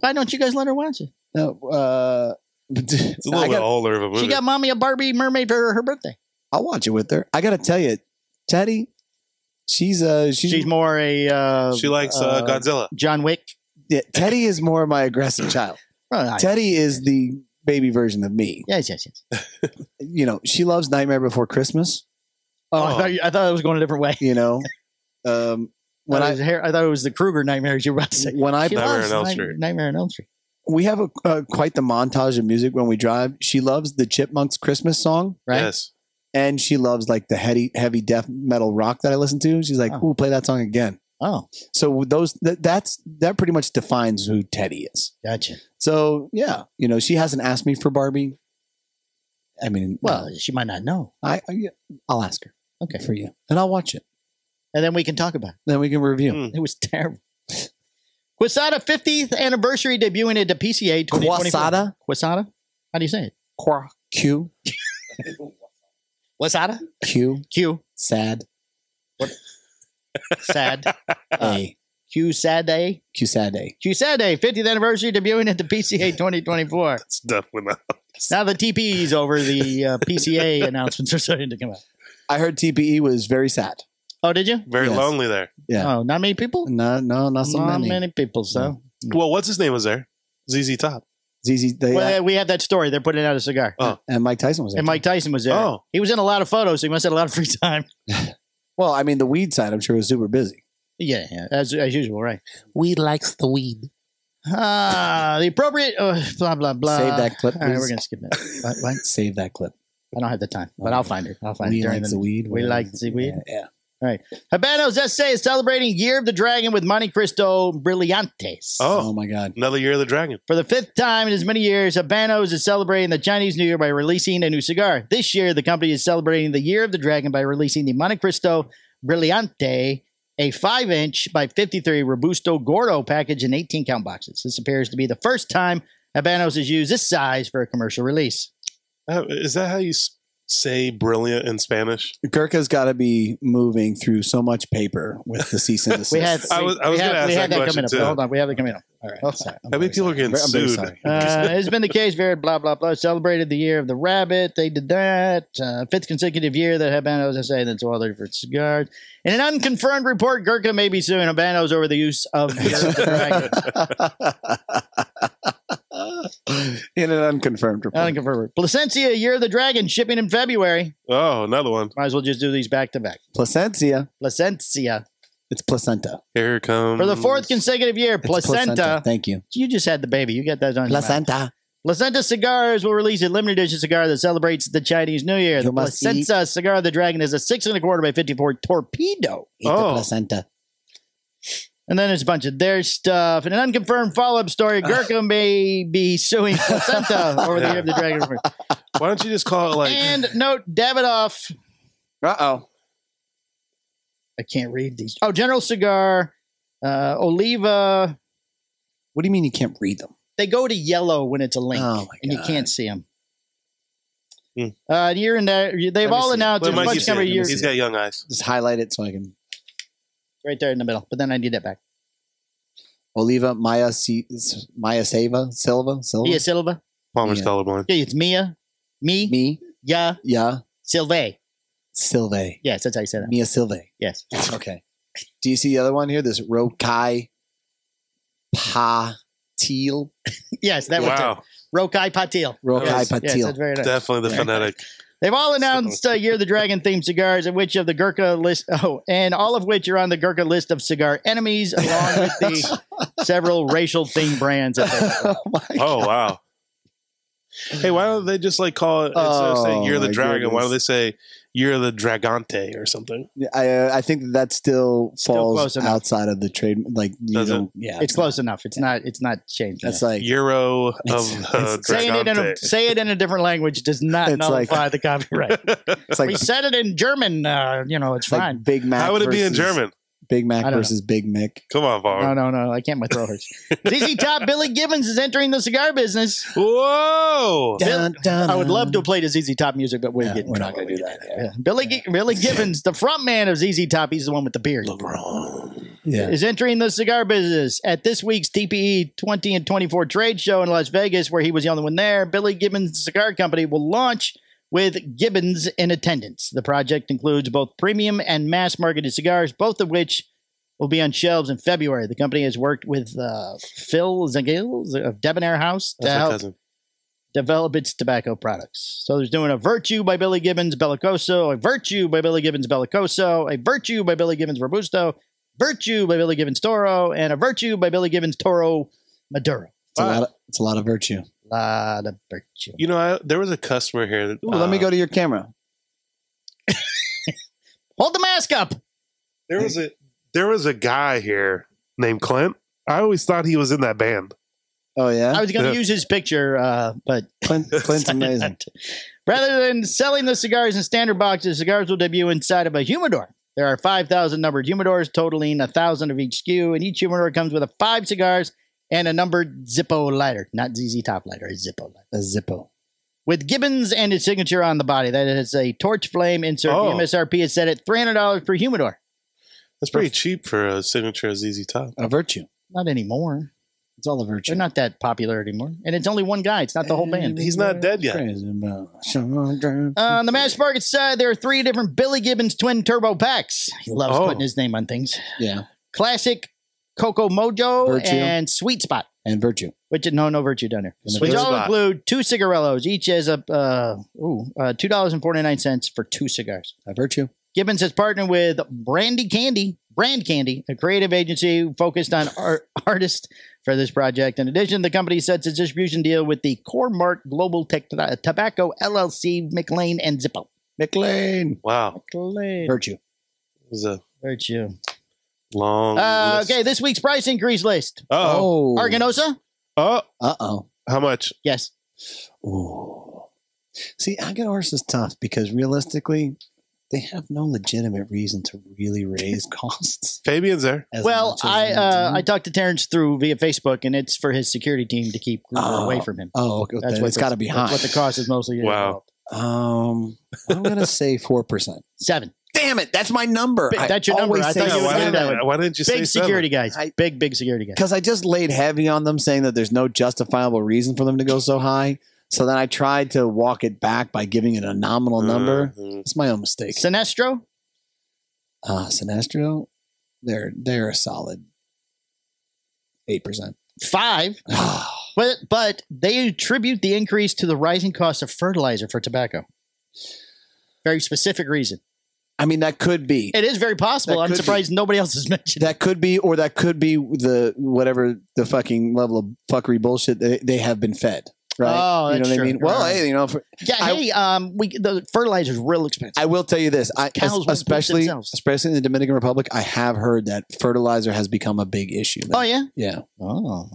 Speaker 4: why don't you guys let her watch it?
Speaker 5: No, uh,
Speaker 3: It's a little
Speaker 5: I
Speaker 3: bit
Speaker 5: got-
Speaker 3: older of a movie.
Speaker 4: She got mommy a Barbie mermaid for her, her birthday.
Speaker 5: I'll watch it with her. I gotta tell you, Teddy, she's uh she's,
Speaker 4: She's more a uh,
Speaker 3: she likes uh,
Speaker 5: uh,
Speaker 3: Godzilla.
Speaker 4: John Wick.
Speaker 5: yeah, Teddy is more my aggressive child.
Speaker 4: Oh, I-
Speaker 5: Teddy is the baby version of me.
Speaker 4: yes, yes, yes.
Speaker 5: You know, she loves Nightmare Before Christmas.
Speaker 4: Oh,
Speaker 3: Oh.
Speaker 4: I, thought you, I thought it was going a different way.
Speaker 5: You know, um, when
Speaker 4: When I,
Speaker 5: I
Speaker 4: was hair, I thought it was the Krueger nightmares you were about to say.
Speaker 5: when I
Speaker 4: She
Speaker 3: Nightmare
Speaker 4: loves
Speaker 3: on Elm
Speaker 4: Night-
Speaker 3: Street.
Speaker 4: Nightmare on Elm Street.
Speaker 5: we have a, uh, quite the montage of music when we drive. She loves the Chipmunks Christmas song,
Speaker 4: Right?
Speaker 3: Yes.
Speaker 5: and she loves like the heavy heavy death metal rock that I listen to. She's like,
Speaker 4: Oh.
Speaker 5: "Ooh, play that song again."
Speaker 4: Oh,
Speaker 5: So those that that's that pretty much defines who Teddy is.
Speaker 4: gotcha.
Speaker 5: So yeah, you know, she hasn't asked me for Barbie. I mean,
Speaker 4: Well,
Speaker 5: well,
Speaker 4: she might not know.
Speaker 5: I, I yeah, I'll ask her
Speaker 4: Okay,
Speaker 5: for you, and I'll watch it.
Speaker 4: and then we can talk about it.
Speaker 5: Then we can review.
Speaker 3: Mm.
Speaker 4: It was terrible. Quasada 50th anniversary debuting at the PCA 2024.
Speaker 5: Quasada,
Speaker 4: Quasada? How do you say it?
Speaker 5: Qua- Q
Speaker 4: Quasada?
Speaker 5: Q
Speaker 4: Q.
Speaker 5: sad
Speaker 4: Sad.
Speaker 5: A
Speaker 4: Q sad day.
Speaker 5: Q sad A.
Speaker 4: Q sad day. 50th anniversary debuting at the PCA 2024.
Speaker 3: It's definitely not.
Speaker 4: Now the TPE's over. The uh, PCA announcements are starting to come out.
Speaker 5: I heard TPE was very sad.
Speaker 4: Oh, did you?
Speaker 3: Very
Speaker 5: Yes.
Speaker 3: lonely there.
Speaker 5: Yeah.
Speaker 4: Oh, not many people?
Speaker 5: No, no, not so
Speaker 4: not
Speaker 5: many.
Speaker 4: people. So
Speaker 3: Well, what's his name was there? ZZ Top.
Speaker 5: ZZ, they, uh,
Speaker 4: Well, we had that story. They're putting out a cigar.
Speaker 3: Oh.
Speaker 5: and Mike Tyson was there.
Speaker 4: And Mike Tyson was there.
Speaker 3: Oh.
Speaker 4: He was in a lot of photos, so he must have had a lot of free time.
Speaker 5: well, I mean, the weed side, I'm sure, was super busy.
Speaker 4: Yeah, yeah as, as usual, right?
Speaker 8: Weed likes the weed.
Speaker 4: Ah, the appropriate, uh, blah, blah, blah.
Speaker 5: Save that clip,
Speaker 4: All right, we're
Speaker 5: please.
Speaker 4: going to skip that. What, what?
Speaker 5: Save that clip.
Speaker 4: I don't have the time, but I'll find it. I'll find
Speaker 5: We
Speaker 4: it during
Speaker 5: like
Speaker 4: the
Speaker 5: the weed.
Speaker 4: We
Speaker 5: whatever.
Speaker 4: like the weed.
Speaker 5: Yeah. yeah.
Speaker 4: Habanos SA is celebrating Year of the Dragon with Monte Cristo Brillantes.
Speaker 5: Oh.
Speaker 3: Oh,
Speaker 5: my God.
Speaker 3: another year of the dragon.
Speaker 4: For the fifth time in as many years, Habanos is celebrating the Chinese New Year by releasing a new cigar. This year, the company is celebrating the Year of the Dragon by releasing the Monte Cristo Brillante, a 5 inch by 53 Robusto Gordo package in 18 count boxes. This appears to be the first time Habanos has used this size for a commercial release.
Speaker 3: Uh, Is that how you s- say brilliant in Spanish?
Speaker 5: Gurkha's got to be moving through so much paper with the cease and desist.
Speaker 4: We had,
Speaker 3: I was- I
Speaker 4: we
Speaker 3: was
Speaker 4: had-
Speaker 3: gonna ask
Speaker 4: we had
Speaker 3: that question
Speaker 4: coming up.
Speaker 3: too.
Speaker 4: Hold on, we have that coming up.
Speaker 5: All right.
Speaker 4: Oh.
Speaker 5: sorry. I'm
Speaker 3: How many
Speaker 5: very
Speaker 3: people are
Speaker 5: sorry.
Speaker 3: getting
Speaker 5: I'm very
Speaker 3: sued?
Speaker 5: sorry.
Speaker 4: uh, it's been the case very blah blah blah. Celebrated the year of the rabbit. They did that uh, fifth consecutive year that Habanos SA that's all their different cigars. In an unconfirmed report, Gurkha may be suing Habanos over the use of the Year of the dragon.
Speaker 5: In an unconfirmed report.
Speaker 4: unconfirmed. Placencia Year of the Dragon shipping in February.
Speaker 3: Oh, another one.
Speaker 4: Might as well just do these back to back.
Speaker 5: Placencia.
Speaker 4: Placencia
Speaker 5: It's placenta.
Speaker 3: Here comes
Speaker 4: for the fourth consecutive year.
Speaker 5: It's
Speaker 4: Placenta.
Speaker 5: Thank you.
Speaker 4: You just had the baby. You got that on your mouth.
Speaker 5: Placenta.
Speaker 4: Placenta Cigars will release a limited edition cigar that celebrates the Chinese New Year.
Speaker 5: You
Speaker 4: the
Speaker 5: must
Speaker 4: Placenta Cigar of the Dragon is a six and a quarter by 54 torpedo.
Speaker 5: Eat the
Speaker 3: Oh.
Speaker 5: placenta.
Speaker 4: And then there's a bunch of their stuff. And an unconfirmed follow up story Gurkha may be suing Placenta over the Year of the Dragon.
Speaker 3: Why don't you just call it like?
Speaker 4: and note Davidoff.
Speaker 5: Uh oh.
Speaker 4: I can't read these. Oh, General Cigar, uh, Oliva.
Speaker 5: What do you mean you can't read them?
Speaker 4: They go to yellow when it's a link,
Speaker 5: Oh, my
Speaker 4: and you
Speaker 5: God.
Speaker 4: can't see them.
Speaker 3: Hmm.
Speaker 4: Uh, year and that, they've
Speaker 5: me
Speaker 4: all
Speaker 5: see.
Speaker 4: announced
Speaker 3: Let
Speaker 4: as
Speaker 5: Well,
Speaker 3: Mikey
Speaker 4: much
Speaker 3: see
Speaker 4: number
Speaker 3: it.
Speaker 4: of
Speaker 5: Let me
Speaker 4: years
Speaker 3: He's got young eyes.
Speaker 5: Just highlight it so I can.
Speaker 4: right there in the middle. But then I need that back.
Speaker 5: Oliva Maya C- S- Maya Sava Silva Silva.
Speaker 4: Mia Silva.
Speaker 3: Palmer's
Speaker 5: Yeah.
Speaker 3: colorblind.
Speaker 4: Yeah, it's Mia. Me.
Speaker 5: Me.
Speaker 4: Yeah.
Speaker 5: Yeah.
Speaker 4: Silve.
Speaker 5: Silve.
Speaker 4: Yes, that's how you say that.
Speaker 5: Mia Silve.
Speaker 4: Yes.
Speaker 5: Okay. Do you see the other one here? This Rokai Patil.
Speaker 4: Yes, that was
Speaker 3: wow,
Speaker 4: it. Rokai Patil.
Speaker 5: Rokai
Speaker 4: yes,
Speaker 5: Patil.
Speaker 4: Yes, that's very nice.
Speaker 3: definitely the phonetic.
Speaker 4: They've all announced uh, Year of the Dragon themed cigars, and which of the Gurkha list, oh, and all of which are on the Gurkha list of cigar enemies, along with the several racial themed brands. That they've got.
Speaker 3: Oh wow. Hey, why don't they just like call it instead of saying
Speaker 5: Oh,
Speaker 3: "You're the
Speaker 5: my
Speaker 3: Dragon"? Why don't they
Speaker 5: goodness.
Speaker 3: say "You're the Dragante" or something?
Speaker 5: I, uh, I think that still
Speaker 4: Still
Speaker 5: falls
Speaker 4: close enough.
Speaker 5: outside of the trade. Like you
Speaker 3: Does it?
Speaker 5: don't. Yeah,
Speaker 4: it's close enough. It's not. It's not changed.
Speaker 5: That's
Speaker 4: Yeah.
Speaker 5: like
Speaker 3: Euro of
Speaker 5: It's-
Speaker 3: uh,
Speaker 5: it's-
Speaker 4: Saying it, in a,
Speaker 3: Dragante.
Speaker 4: say it in a different language does not
Speaker 5: It's like-
Speaker 4: nullify the copyright.
Speaker 5: it's like,
Speaker 4: we said it in German. Uh, you know, it's
Speaker 5: it's like
Speaker 4: fine.
Speaker 5: Big Mac.
Speaker 3: How would it be in
Speaker 5: versus-
Speaker 3: German?
Speaker 5: Big
Speaker 4: I
Speaker 5: Mac
Speaker 4: don't know.
Speaker 5: versus Big Mick.
Speaker 3: Come
Speaker 4: No,
Speaker 3: on, Palmer.
Speaker 4: no, no. I can't my throw hurts. ZZ Top Billy Gibbons is entering the cigar business.
Speaker 3: Whoa!
Speaker 4: Bill-
Speaker 5: Dun, dun,
Speaker 4: I would love to
Speaker 5: dun.
Speaker 4: play the ZZ Top music, but we're,
Speaker 5: Yeah,
Speaker 4: getting
Speaker 5: we're not
Speaker 4: trouble.
Speaker 5: gonna do that, yeah.
Speaker 4: Yeah. Billy, Gi- Billy Gibbons, the front man of ZZ Top, he's the one with the beard,
Speaker 5: Yeah.
Speaker 4: is entering the cigar business at this week's TPE 20 and 24 trade show in Las Vegas, where he was the only one there. Billy Gibbons Cigar Company will launch with Gibbons in attendance. The project includes both premium and mass marketed cigars, both of which will be on shelves in February. The company has worked with uh, Phil Zengil of Debonair House to
Speaker 3: That's my
Speaker 4: help
Speaker 3: cousin.
Speaker 4: develop its tobacco products. So there's doing a Virtue by Billy Gibbons Bellicoso, a Virtue by Billy Gibbons Bellicoso, a Virtue by Billy Gibbons Robusto, Virtue by Billy Gibbons Toro, and a Virtue by Billy Gibbons Toro Maduro.
Speaker 5: It's a lot. Of, it's a lot of virtue.
Speaker 4: Lot of virtue.
Speaker 3: You know, I, there was a customer here. That,
Speaker 5: Ooh, let me
Speaker 3: uh,
Speaker 5: go to your camera.
Speaker 4: Hold the mask up.
Speaker 3: There was a there was a guy here named Clint. I always thought he was in that band.
Speaker 5: Oh
Speaker 4: I
Speaker 5: yeah,
Speaker 4: was going to
Speaker 3: Yeah.
Speaker 4: use his picture, uh, but
Speaker 5: Clint, Clint's
Speaker 4: I did
Speaker 5: amazing.
Speaker 4: not. Rather than selling the cigars in standard boxes, cigars will debut inside of a humidor. There are 5,000 numbered humidors, totaling a 1,000 of each SKU, and each humidor comes with a five cigars and a numbered Zippo lighter. Not ZZ Top lighter, a Zippo lighter.
Speaker 5: A Zippo.
Speaker 4: With Gibbons and his signature on the body. That is a torch flame insert.
Speaker 3: Oh.
Speaker 4: The MSRP is set at $300 per humidor.
Speaker 3: That's pretty cheap for a signature of ZZ Top.
Speaker 5: A virtue.
Speaker 4: Not anymore.
Speaker 5: It's all a virtue.
Speaker 4: They're not that popular anymore. And it's only one guy, it's not the whole band.
Speaker 3: He's not dead yet.
Speaker 5: Crazy about children.
Speaker 4: On the mass market side, there are three different Billy Gibbons twin turbo packs. He loves
Speaker 3: Oh.
Speaker 4: putting his name on things.
Speaker 5: yeah.
Speaker 4: Classic Coco Mojo
Speaker 5: Virtue.
Speaker 4: and Sweet Spot.
Speaker 5: And and virtue.
Speaker 4: Which no, no virtue down here.
Speaker 5: And the
Speaker 4: Which
Speaker 5: good
Speaker 4: all
Speaker 3: spot.
Speaker 4: include two cigarillos, each as a uh, ooh, uh, two dollars and forty nine cents for two cigars.
Speaker 5: By virtue.
Speaker 4: Gibbons has partnered with Brandy Candy, Brand Candy, a creative agency focused on art, artists for this project. In addition, the company sets a distribution deal with the Cormark Global Tech, uh, Tobacco LLC, McLean, and Zippo.
Speaker 5: McLean.
Speaker 3: Wow.
Speaker 4: McLean.
Speaker 5: Virtue.
Speaker 3: It was a
Speaker 4: Virtue.
Speaker 3: long.
Speaker 4: Uh,
Speaker 3: list.
Speaker 4: okay, this week's price increase list.
Speaker 3: Uh-oh.
Speaker 4: Arganosa?
Speaker 3: Oh.
Speaker 5: Uh oh.
Speaker 3: How much?
Speaker 4: Yes.
Speaker 5: Ooh. See, I get ours is tough because realistically, they have no legitimate reason to really raise costs.
Speaker 3: Fabian's there.
Speaker 5: as
Speaker 4: well,
Speaker 5: much as
Speaker 4: I
Speaker 5: they
Speaker 4: uh,
Speaker 5: do.
Speaker 4: I talked to Terrence through via Facebook, and it's for his security team to keep Gruber
Speaker 5: Oh.
Speaker 4: away from him.
Speaker 5: oh, okay,
Speaker 4: That's
Speaker 5: then
Speaker 4: what
Speaker 5: it's
Speaker 4: the-
Speaker 5: got to be high.
Speaker 4: That's what the cost is mostly.
Speaker 3: Wow.
Speaker 4: involved.
Speaker 5: um, I'm gonna say four percent.
Speaker 4: Seven.
Speaker 5: Damn it, that's my number.
Speaker 4: Big- that's your number. I thought
Speaker 3: Yeah,
Speaker 4: you would
Speaker 3: why,
Speaker 4: do
Speaker 3: didn't,
Speaker 4: that one.
Speaker 3: why didn't you say
Speaker 4: Big
Speaker 3: seven?
Speaker 4: security guys.
Speaker 5: I-
Speaker 4: big, big security guys.
Speaker 5: because I just laid heavy on them, saying that there's no justifiable reason for them to go so high. So then I tried to walk it back by giving it a nominal number.
Speaker 3: Mhm.
Speaker 5: It's my own mistake.
Speaker 4: Sinestro?
Speaker 5: Uh, Sinestro, they're they're a solid eight percent.
Speaker 4: Five. But but they attribute the increase to the rising cost of fertilizer for tobacco. Very specific reason.
Speaker 5: I mean, that could be
Speaker 4: It is very possible.
Speaker 5: That
Speaker 4: I'm
Speaker 5: could be.
Speaker 4: surprised nobody else has mentioned
Speaker 5: that could be, or that could be the whatever the fucking level of fuckery bullshit they, they have been fed. Right?
Speaker 4: Oh,
Speaker 5: you know
Speaker 4: that's
Speaker 5: what
Speaker 4: true.
Speaker 5: I mean. Well,
Speaker 4: Right.
Speaker 5: hey, you know, for,
Speaker 4: Yeah,
Speaker 5: I-
Speaker 4: hey, um, we the fertilizer's real expensive.
Speaker 5: I will tell you this. I,
Speaker 4: Cows won't poop
Speaker 5: especially,
Speaker 4: themselves.
Speaker 5: especially in the Dominican Republic, I have heard that fertilizer has become a big issue.
Speaker 4: oh yeah,
Speaker 5: yeah,
Speaker 4: oh,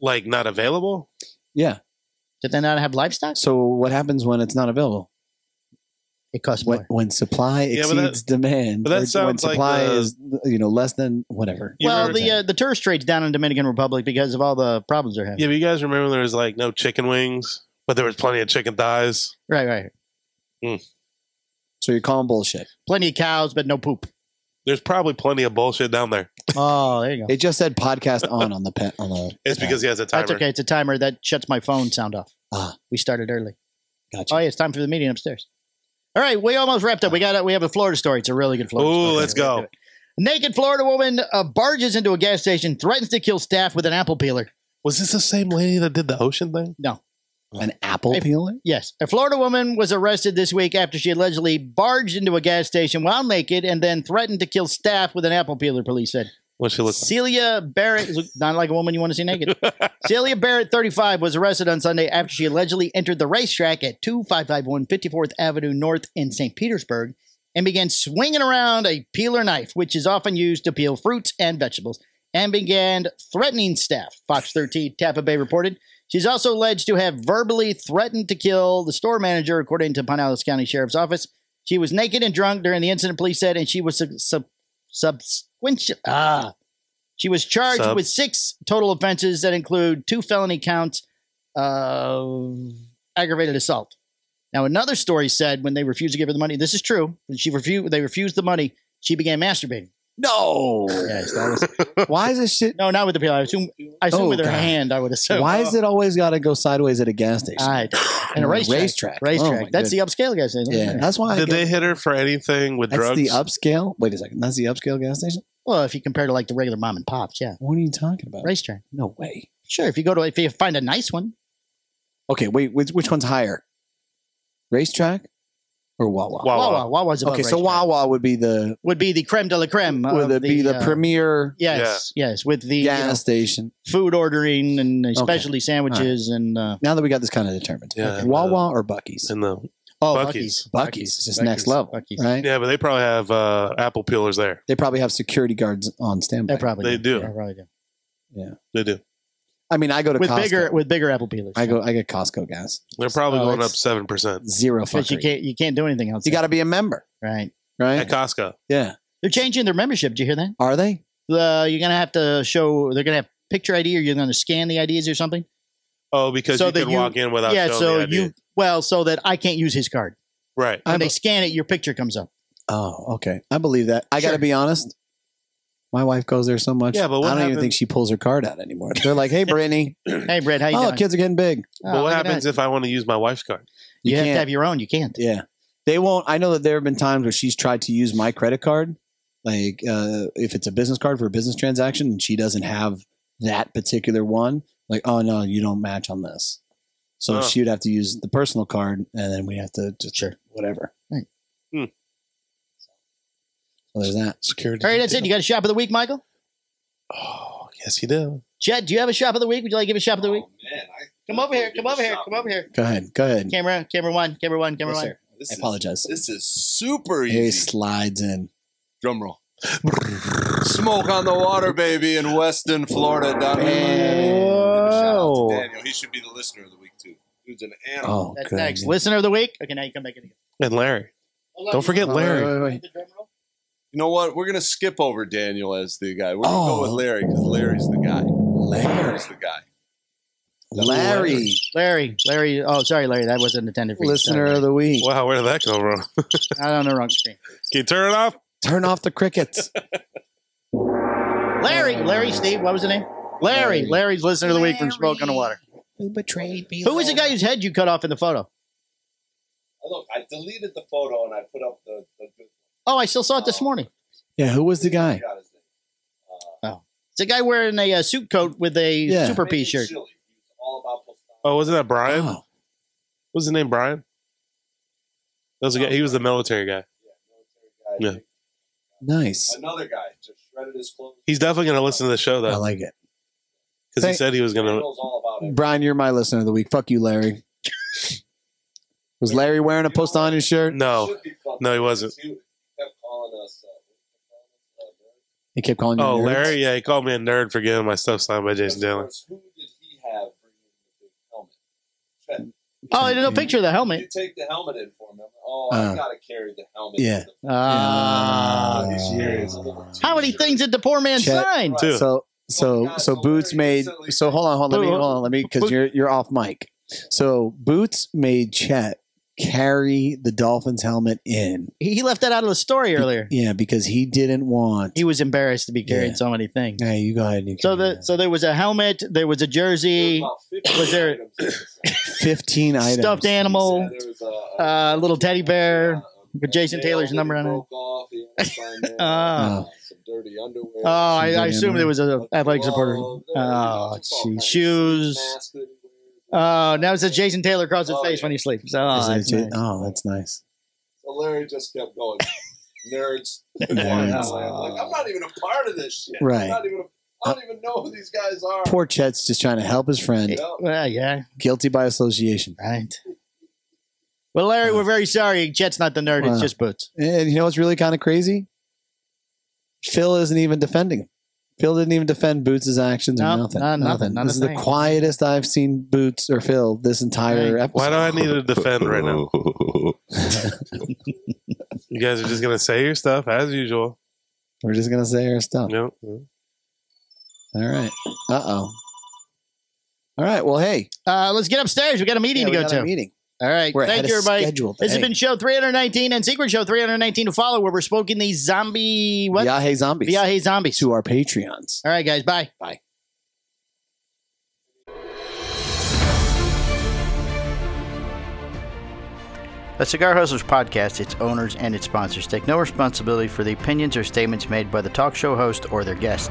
Speaker 3: Like not available?
Speaker 5: yeah.
Speaker 4: did they not have livestock?
Speaker 5: So what happens when it's not available?
Speaker 4: It costs
Speaker 5: When,
Speaker 4: more.
Speaker 5: when supply
Speaker 3: Yeah, but that-
Speaker 5: exceeds demand,
Speaker 3: but that
Speaker 5: or when
Speaker 3: sounds like
Speaker 5: supply
Speaker 3: the-
Speaker 5: is you know less than whatever.
Speaker 3: You
Speaker 4: well,
Speaker 3: remember-
Speaker 4: the uh, the tourist trade's down in Dominican Republic because of all the problems they're having.
Speaker 3: yeah, but you guys remember there was like no chicken wings, but there was plenty of chicken thighs.
Speaker 4: Right, right.
Speaker 5: So you're calling bullshit.
Speaker 4: Plenty of cows, but no poop.
Speaker 3: There's probably plenty of bullshit down there.
Speaker 4: Oh, there you go.
Speaker 5: It just said podcast on on the pet on the.
Speaker 3: It's
Speaker 5: Okay.
Speaker 3: because he has a timer.
Speaker 4: That's okay. It's a timer that shuts my phone sound off.
Speaker 5: Ah.
Speaker 4: We started early.
Speaker 5: Gotcha.
Speaker 4: Oh yeah, it's time for the meeting upstairs. All right, we almost wrapped up. We got it. We have a Florida story. It's a really good Florida.
Speaker 3: Ooh,
Speaker 4: story.
Speaker 3: let's go.
Speaker 4: Naked Florida woman uh, barges into a gas station, threatens to kill staff with an apple peeler.
Speaker 3: Was this the same lady that did the ocean thing?
Speaker 5: An apple
Speaker 4: Hey.
Speaker 5: peeler.
Speaker 4: Yes. A Florida woman was arrested this week after she allegedly barged into a gas station while naked and then threatened to kill staff with an apple peeler, police said.
Speaker 3: What she look like?
Speaker 4: Celia Barrett, look, not like a woman you want to see naked. Celia Barrett, 35, was arrested on Sunday after she allegedly entered the racetrack at 2551 54th Avenue North in St. Petersburg and began swinging around a peeler knife, which is often used to peel fruits and vegetables, and began threatening staff, Fox 13 Tampa Bay reported. She's also alleged to have verbally threatened to kill the store manager, according to Pinellas County Sheriff's Office. She was naked and drunk during the incident, police said, and she was sub- sub- subsequent. Ah. She was charged
Speaker 3: Sub.
Speaker 4: with six total offenses that include two felony counts of aggravated assault. Now, another story said when they refused to give her the money, this is true. When she refused, they refused the money. She began masturbating.
Speaker 5: No.
Speaker 4: Yes, that was
Speaker 5: Why is this shit?
Speaker 4: no, not with the pillow. I assume, I assume
Speaker 5: Oh,
Speaker 4: with her
Speaker 5: God.
Speaker 4: hand. I would assume.
Speaker 5: Why is it always got to go sideways at a gas station?
Speaker 4: I don't know. and a
Speaker 5: On a
Speaker 4: racetrack.
Speaker 5: racetrack. Oh,
Speaker 4: Racetrack.
Speaker 5: my
Speaker 4: That's the upscale guys.
Speaker 5: yeah, that's why. I
Speaker 3: Did
Speaker 5: go-
Speaker 3: they hit her for anything with
Speaker 5: that's
Speaker 3: drugs?
Speaker 5: the upscale. Wait a second. That's the upscale gas station.
Speaker 4: Well, if you compare to like the regular mom and pops, yeah,
Speaker 5: What are you talking about?
Speaker 4: racetrack.
Speaker 5: No way.
Speaker 4: Sure, if you go to if you find a nice one,
Speaker 5: Okay, wait. Which, which one's higher? Racetrack or Wawa?
Speaker 3: Wawa.
Speaker 4: Wawa, Wawa's above
Speaker 5: Oh, Okay, so
Speaker 4: racetrack.
Speaker 5: Wawa would be the
Speaker 4: would be the creme de la creme. of
Speaker 5: would it be the
Speaker 4: uh,
Speaker 5: premier
Speaker 4: Yes, yes, with the you know,
Speaker 5: gas station.
Speaker 4: food ordering and the specialty sandwiches and uh,
Speaker 5: Now that we got this kind of determined,
Speaker 3: Yeah,
Speaker 5: Okay,
Speaker 3: and
Speaker 5: Wawa or Bucky's?
Speaker 3: in the
Speaker 4: oh,
Speaker 3: Buc-ee's.
Speaker 5: Bucky's is just
Speaker 4: Buc-ee's,
Speaker 5: next level,
Speaker 4: Buc-ee's.
Speaker 5: right?
Speaker 3: yeah, but they probably have uh, apple peelers there.
Speaker 5: They probably have security guards on standby.
Speaker 4: They probably
Speaker 3: They do.
Speaker 4: They probably do.
Speaker 3: They do.
Speaker 5: I mean, I go to
Speaker 4: with
Speaker 5: Costco.
Speaker 4: bigger with bigger apple peelers.
Speaker 5: I go. I get Costco gas.
Speaker 3: They're probably
Speaker 5: Oh,
Speaker 3: going up
Speaker 5: it's-
Speaker 3: seven percent
Speaker 5: Zero
Speaker 4: because you
Speaker 5: fuckery. You,
Speaker 4: can't you can't do anything else.
Speaker 5: got to be a member,
Speaker 4: right.
Speaker 5: right?
Speaker 3: at Costco.
Speaker 5: yeah.
Speaker 4: They're changing their membership. Did you hear that?
Speaker 5: Are they?
Speaker 4: The, you're gonna have to show. They're gonna have picture ID, or you're gonna scan the IDs or something.
Speaker 3: Oh, because
Speaker 4: So
Speaker 3: you
Speaker 4: that
Speaker 3: can
Speaker 4: you-
Speaker 3: walk in without
Speaker 4: yeah.
Speaker 3: showing
Speaker 4: So
Speaker 3: the ID.
Speaker 4: you well, so that I can't use his card.
Speaker 3: right.
Speaker 4: When
Speaker 5: I'm
Speaker 4: they
Speaker 5: a-
Speaker 4: scan it, your picture comes up.
Speaker 5: Oh, okay. I believe that. I got
Speaker 4: Sure.
Speaker 5: to be honest. My wife goes there so much.
Speaker 3: Yeah, but what
Speaker 5: I don't even
Speaker 3: happens-
Speaker 5: think she pulls her card out anymore. They're like, "Hey, Brittany,
Speaker 4: Hey, Brett, how you
Speaker 5: oh,
Speaker 4: doing?
Speaker 5: kids are getting big.
Speaker 4: Oh,
Speaker 3: but
Speaker 4: look
Speaker 3: what
Speaker 4: at
Speaker 3: happens
Speaker 4: that.
Speaker 3: if I want to use my wife's card?
Speaker 4: you, have to
Speaker 5: can't-
Speaker 4: have your own? You can't.
Speaker 5: Yeah. They won't. I know that there have been times where she's tried to use my credit card, like uh, if it's a business card for a business transaction and she doesn't have that particular one, like, oh no, you don't match on this. So
Speaker 3: Huh.
Speaker 5: she would have to use the personal card, and then we have to just
Speaker 4: Sure.
Speaker 5: whatever.
Speaker 4: Right.
Speaker 3: Hmm.
Speaker 5: So there's that.
Speaker 8: Security.
Speaker 4: All right, that's it. You got a shop of the week, Michael?
Speaker 8: Oh, yes, you do.
Speaker 4: Chad, do you have a shop of the week? Would you like to give a shop of the week? Come over here. Come over here. Come over here.
Speaker 5: Go ahead. Go ahead.
Speaker 4: Camera, camera one, camera one, camera
Speaker 5: Yes,
Speaker 4: one.
Speaker 5: sir. I apologize.
Speaker 8: This is super
Speaker 5: Here he
Speaker 8: easy.
Speaker 5: slides in.
Speaker 8: Drum roll. Smoke on the water, baby, in Weston, Florida. Down
Speaker 3: Whoa.
Speaker 8: Shout out to Daniel. He should be the listener of the week too. Dude's an animal.
Speaker 5: Oh,
Speaker 4: That's
Speaker 5: good.
Speaker 4: next. Listener of the week. Okay, now you come back in again.
Speaker 3: And Larry.
Speaker 4: Hold on. Uh,
Speaker 3: Don't forget
Speaker 5: Oh, wait,
Speaker 3: Larry.
Speaker 5: wait, wait, wait.
Speaker 4: The drum roll.
Speaker 8: You know what? We're gonna skip over Daniel as the guy. We're gonna
Speaker 5: Oh.
Speaker 8: go with Larry because Larry's the guy.
Speaker 5: Larry.
Speaker 8: Larry's the guy.
Speaker 5: Larry.
Speaker 4: Larry, Larry. Oh, sorry, Larry. That wasn't intended for you.
Speaker 5: Listener
Speaker 4: Sorry.
Speaker 5: of the week.
Speaker 3: Wow, where did that go wrong?
Speaker 4: Not on the wrong screen.
Speaker 3: Can you turn it off?
Speaker 5: Turn off the crickets.
Speaker 4: Larry, Larry, Steve. What was the name? Larry.
Speaker 5: Larry.
Speaker 4: Larry's listener of the week from Smoke on the Water.
Speaker 5: Who betrayed me?
Speaker 4: Who was the guy whose head you cut off in the photo?
Speaker 8: Oh, Look, I deleted the photo and I put up the. the,
Speaker 4: Oh, I still saw it this morning.
Speaker 5: Yeah, who was the guy?
Speaker 8: Uh,
Speaker 4: It's a guy wearing a uh, suit coat with a
Speaker 5: Yeah.
Speaker 4: super P shirt.
Speaker 3: Oh, wasn't that Brian?
Speaker 5: Oh,
Speaker 3: What was his name? Brian? That was a guy, he was the military guy. Oh. Yeah.
Speaker 5: nice.
Speaker 8: Another guy just shredded his clothes.
Speaker 3: He's definitely going to listen to the show,
Speaker 5: I
Speaker 3: though,
Speaker 5: like it.
Speaker 3: because he
Speaker 5: thank-
Speaker 3: said he was going to.
Speaker 8: all about
Speaker 5: Brian, you're my listener of the week. Fuck you, Larry. Was Larry wearing a post on his shirt?
Speaker 3: No. No, he wasn't.
Speaker 8: He kept calling us. Uh,
Speaker 5: He kept calling you.
Speaker 3: Oh,
Speaker 5: nerds.
Speaker 3: Larry? Yeah, he called me a nerd for getting my stuff signed by
Speaker 8: uh,
Speaker 3: Jason Dillon.
Speaker 8: Who did he have bringing the big helmet? Check.
Speaker 4: Oh, I did no picture of the
Speaker 8: You
Speaker 4: helmet.
Speaker 8: take the helmet in for him. Oh,
Speaker 5: Uh,
Speaker 8: I gotta carry the helmet.
Speaker 5: yeah.
Speaker 8: to
Speaker 5: Ah.
Speaker 4: Uh,
Speaker 8: the- He's serious.
Speaker 4: how many things did the poor man
Speaker 5: Chet-
Speaker 4: sign?
Speaker 3: Two.
Speaker 5: So so Oh so Boots made so hold on, hold on, let me hold on, let me because you're you're off mic. So Boots made Chet carry the Dolphins helmet in.
Speaker 4: He left that out of the story earlier.
Speaker 5: Yeah, because he didn't want
Speaker 4: He was embarrassed to be carrying
Speaker 5: Yeah.
Speaker 4: so many things.
Speaker 5: Hey, you go ahead and you
Speaker 4: So
Speaker 5: can-
Speaker 4: the so there was a helmet, there was a jersey, Oh, was there-
Speaker 5: fifteen items.
Speaker 4: stuffed animal,
Speaker 8: a
Speaker 4: uh, little teddy bear.
Speaker 8: with
Speaker 4: Jason Taylor's number on it.
Speaker 8: it.
Speaker 4: Ah.
Speaker 8: uh, some dirty underwear.
Speaker 4: Oh, I, I
Speaker 5: Something
Speaker 4: assume
Speaker 5: in
Speaker 4: there was an athletic supporter.
Speaker 8: Gloves,
Speaker 4: Oh,
Speaker 8: everything. It's all
Speaker 4: gee.
Speaker 8: kinds of
Speaker 4: Shoes.
Speaker 8: mask that he
Speaker 4: Oh,
Speaker 8: wears.
Speaker 4: now it's a Jason Taylor across his
Speaker 8: Oh,
Speaker 4: face
Speaker 8: yeah.
Speaker 4: when he sleeps. Oh,
Speaker 5: Isn't it
Speaker 4: that's
Speaker 5: J-
Speaker 4: nice.
Speaker 5: oh, that's nice.
Speaker 8: So Larry just kept going. Nerds.
Speaker 5: Nerds.
Speaker 8: Like, I'm not even a part of this shit.
Speaker 5: Right.
Speaker 8: I'm not even a, I don't even know who these guys are.
Speaker 5: Poor Chet's just trying to help his friend.
Speaker 8: Yeah.
Speaker 4: Well, yeah,
Speaker 5: Guilty by association.
Speaker 4: right. Well, Larry, we're very sorry. Jet's not the nerd;
Speaker 5: Wow.
Speaker 4: it's just Boots.
Speaker 5: And you know what's really kind of crazy? Phil isn't even defending him. Phil didn't even defend Boots' actions or
Speaker 4: No,
Speaker 5: nothing.
Speaker 4: no, nothing, not a
Speaker 5: This is the
Speaker 4: thing.
Speaker 5: quietest I've seen Boots or Phil this entire
Speaker 4: Right.
Speaker 5: episode.
Speaker 3: Why do I need to defend right now? You guys are just going to say your stuff as usual.
Speaker 5: We're just gonna say our stuff.
Speaker 3: Yep.
Speaker 5: All right. Uh oh. All right. Well, hey,
Speaker 4: Uh, let's get upstairs. We got a meeting
Speaker 5: yeah, we
Speaker 4: to go
Speaker 5: got a
Speaker 4: to.
Speaker 5: meeting.
Speaker 4: All right,
Speaker 5: We're
Speaker 4: thank
Speaker 5: ahead
Speaker 4: you,
Speaker 5: of
Speaker 4: everybody.
Speaker 5: schedule.
Speaker 4: This
Speaker 5: Hey,
Speaker 4: has been show 319 and Secret Show 319 to follow, where we're smoking the zombie what?
Speaker 5: Viaje zombies
Speaker 4: Viaje zombies.
Speaker 5: to our Patreons.
Speaker 4: All right, guys. Bye. The Cigar Hustlers podcast, its owners, and its sponsors take no responsibility for the opinions or statements made by the talk show host or their guest.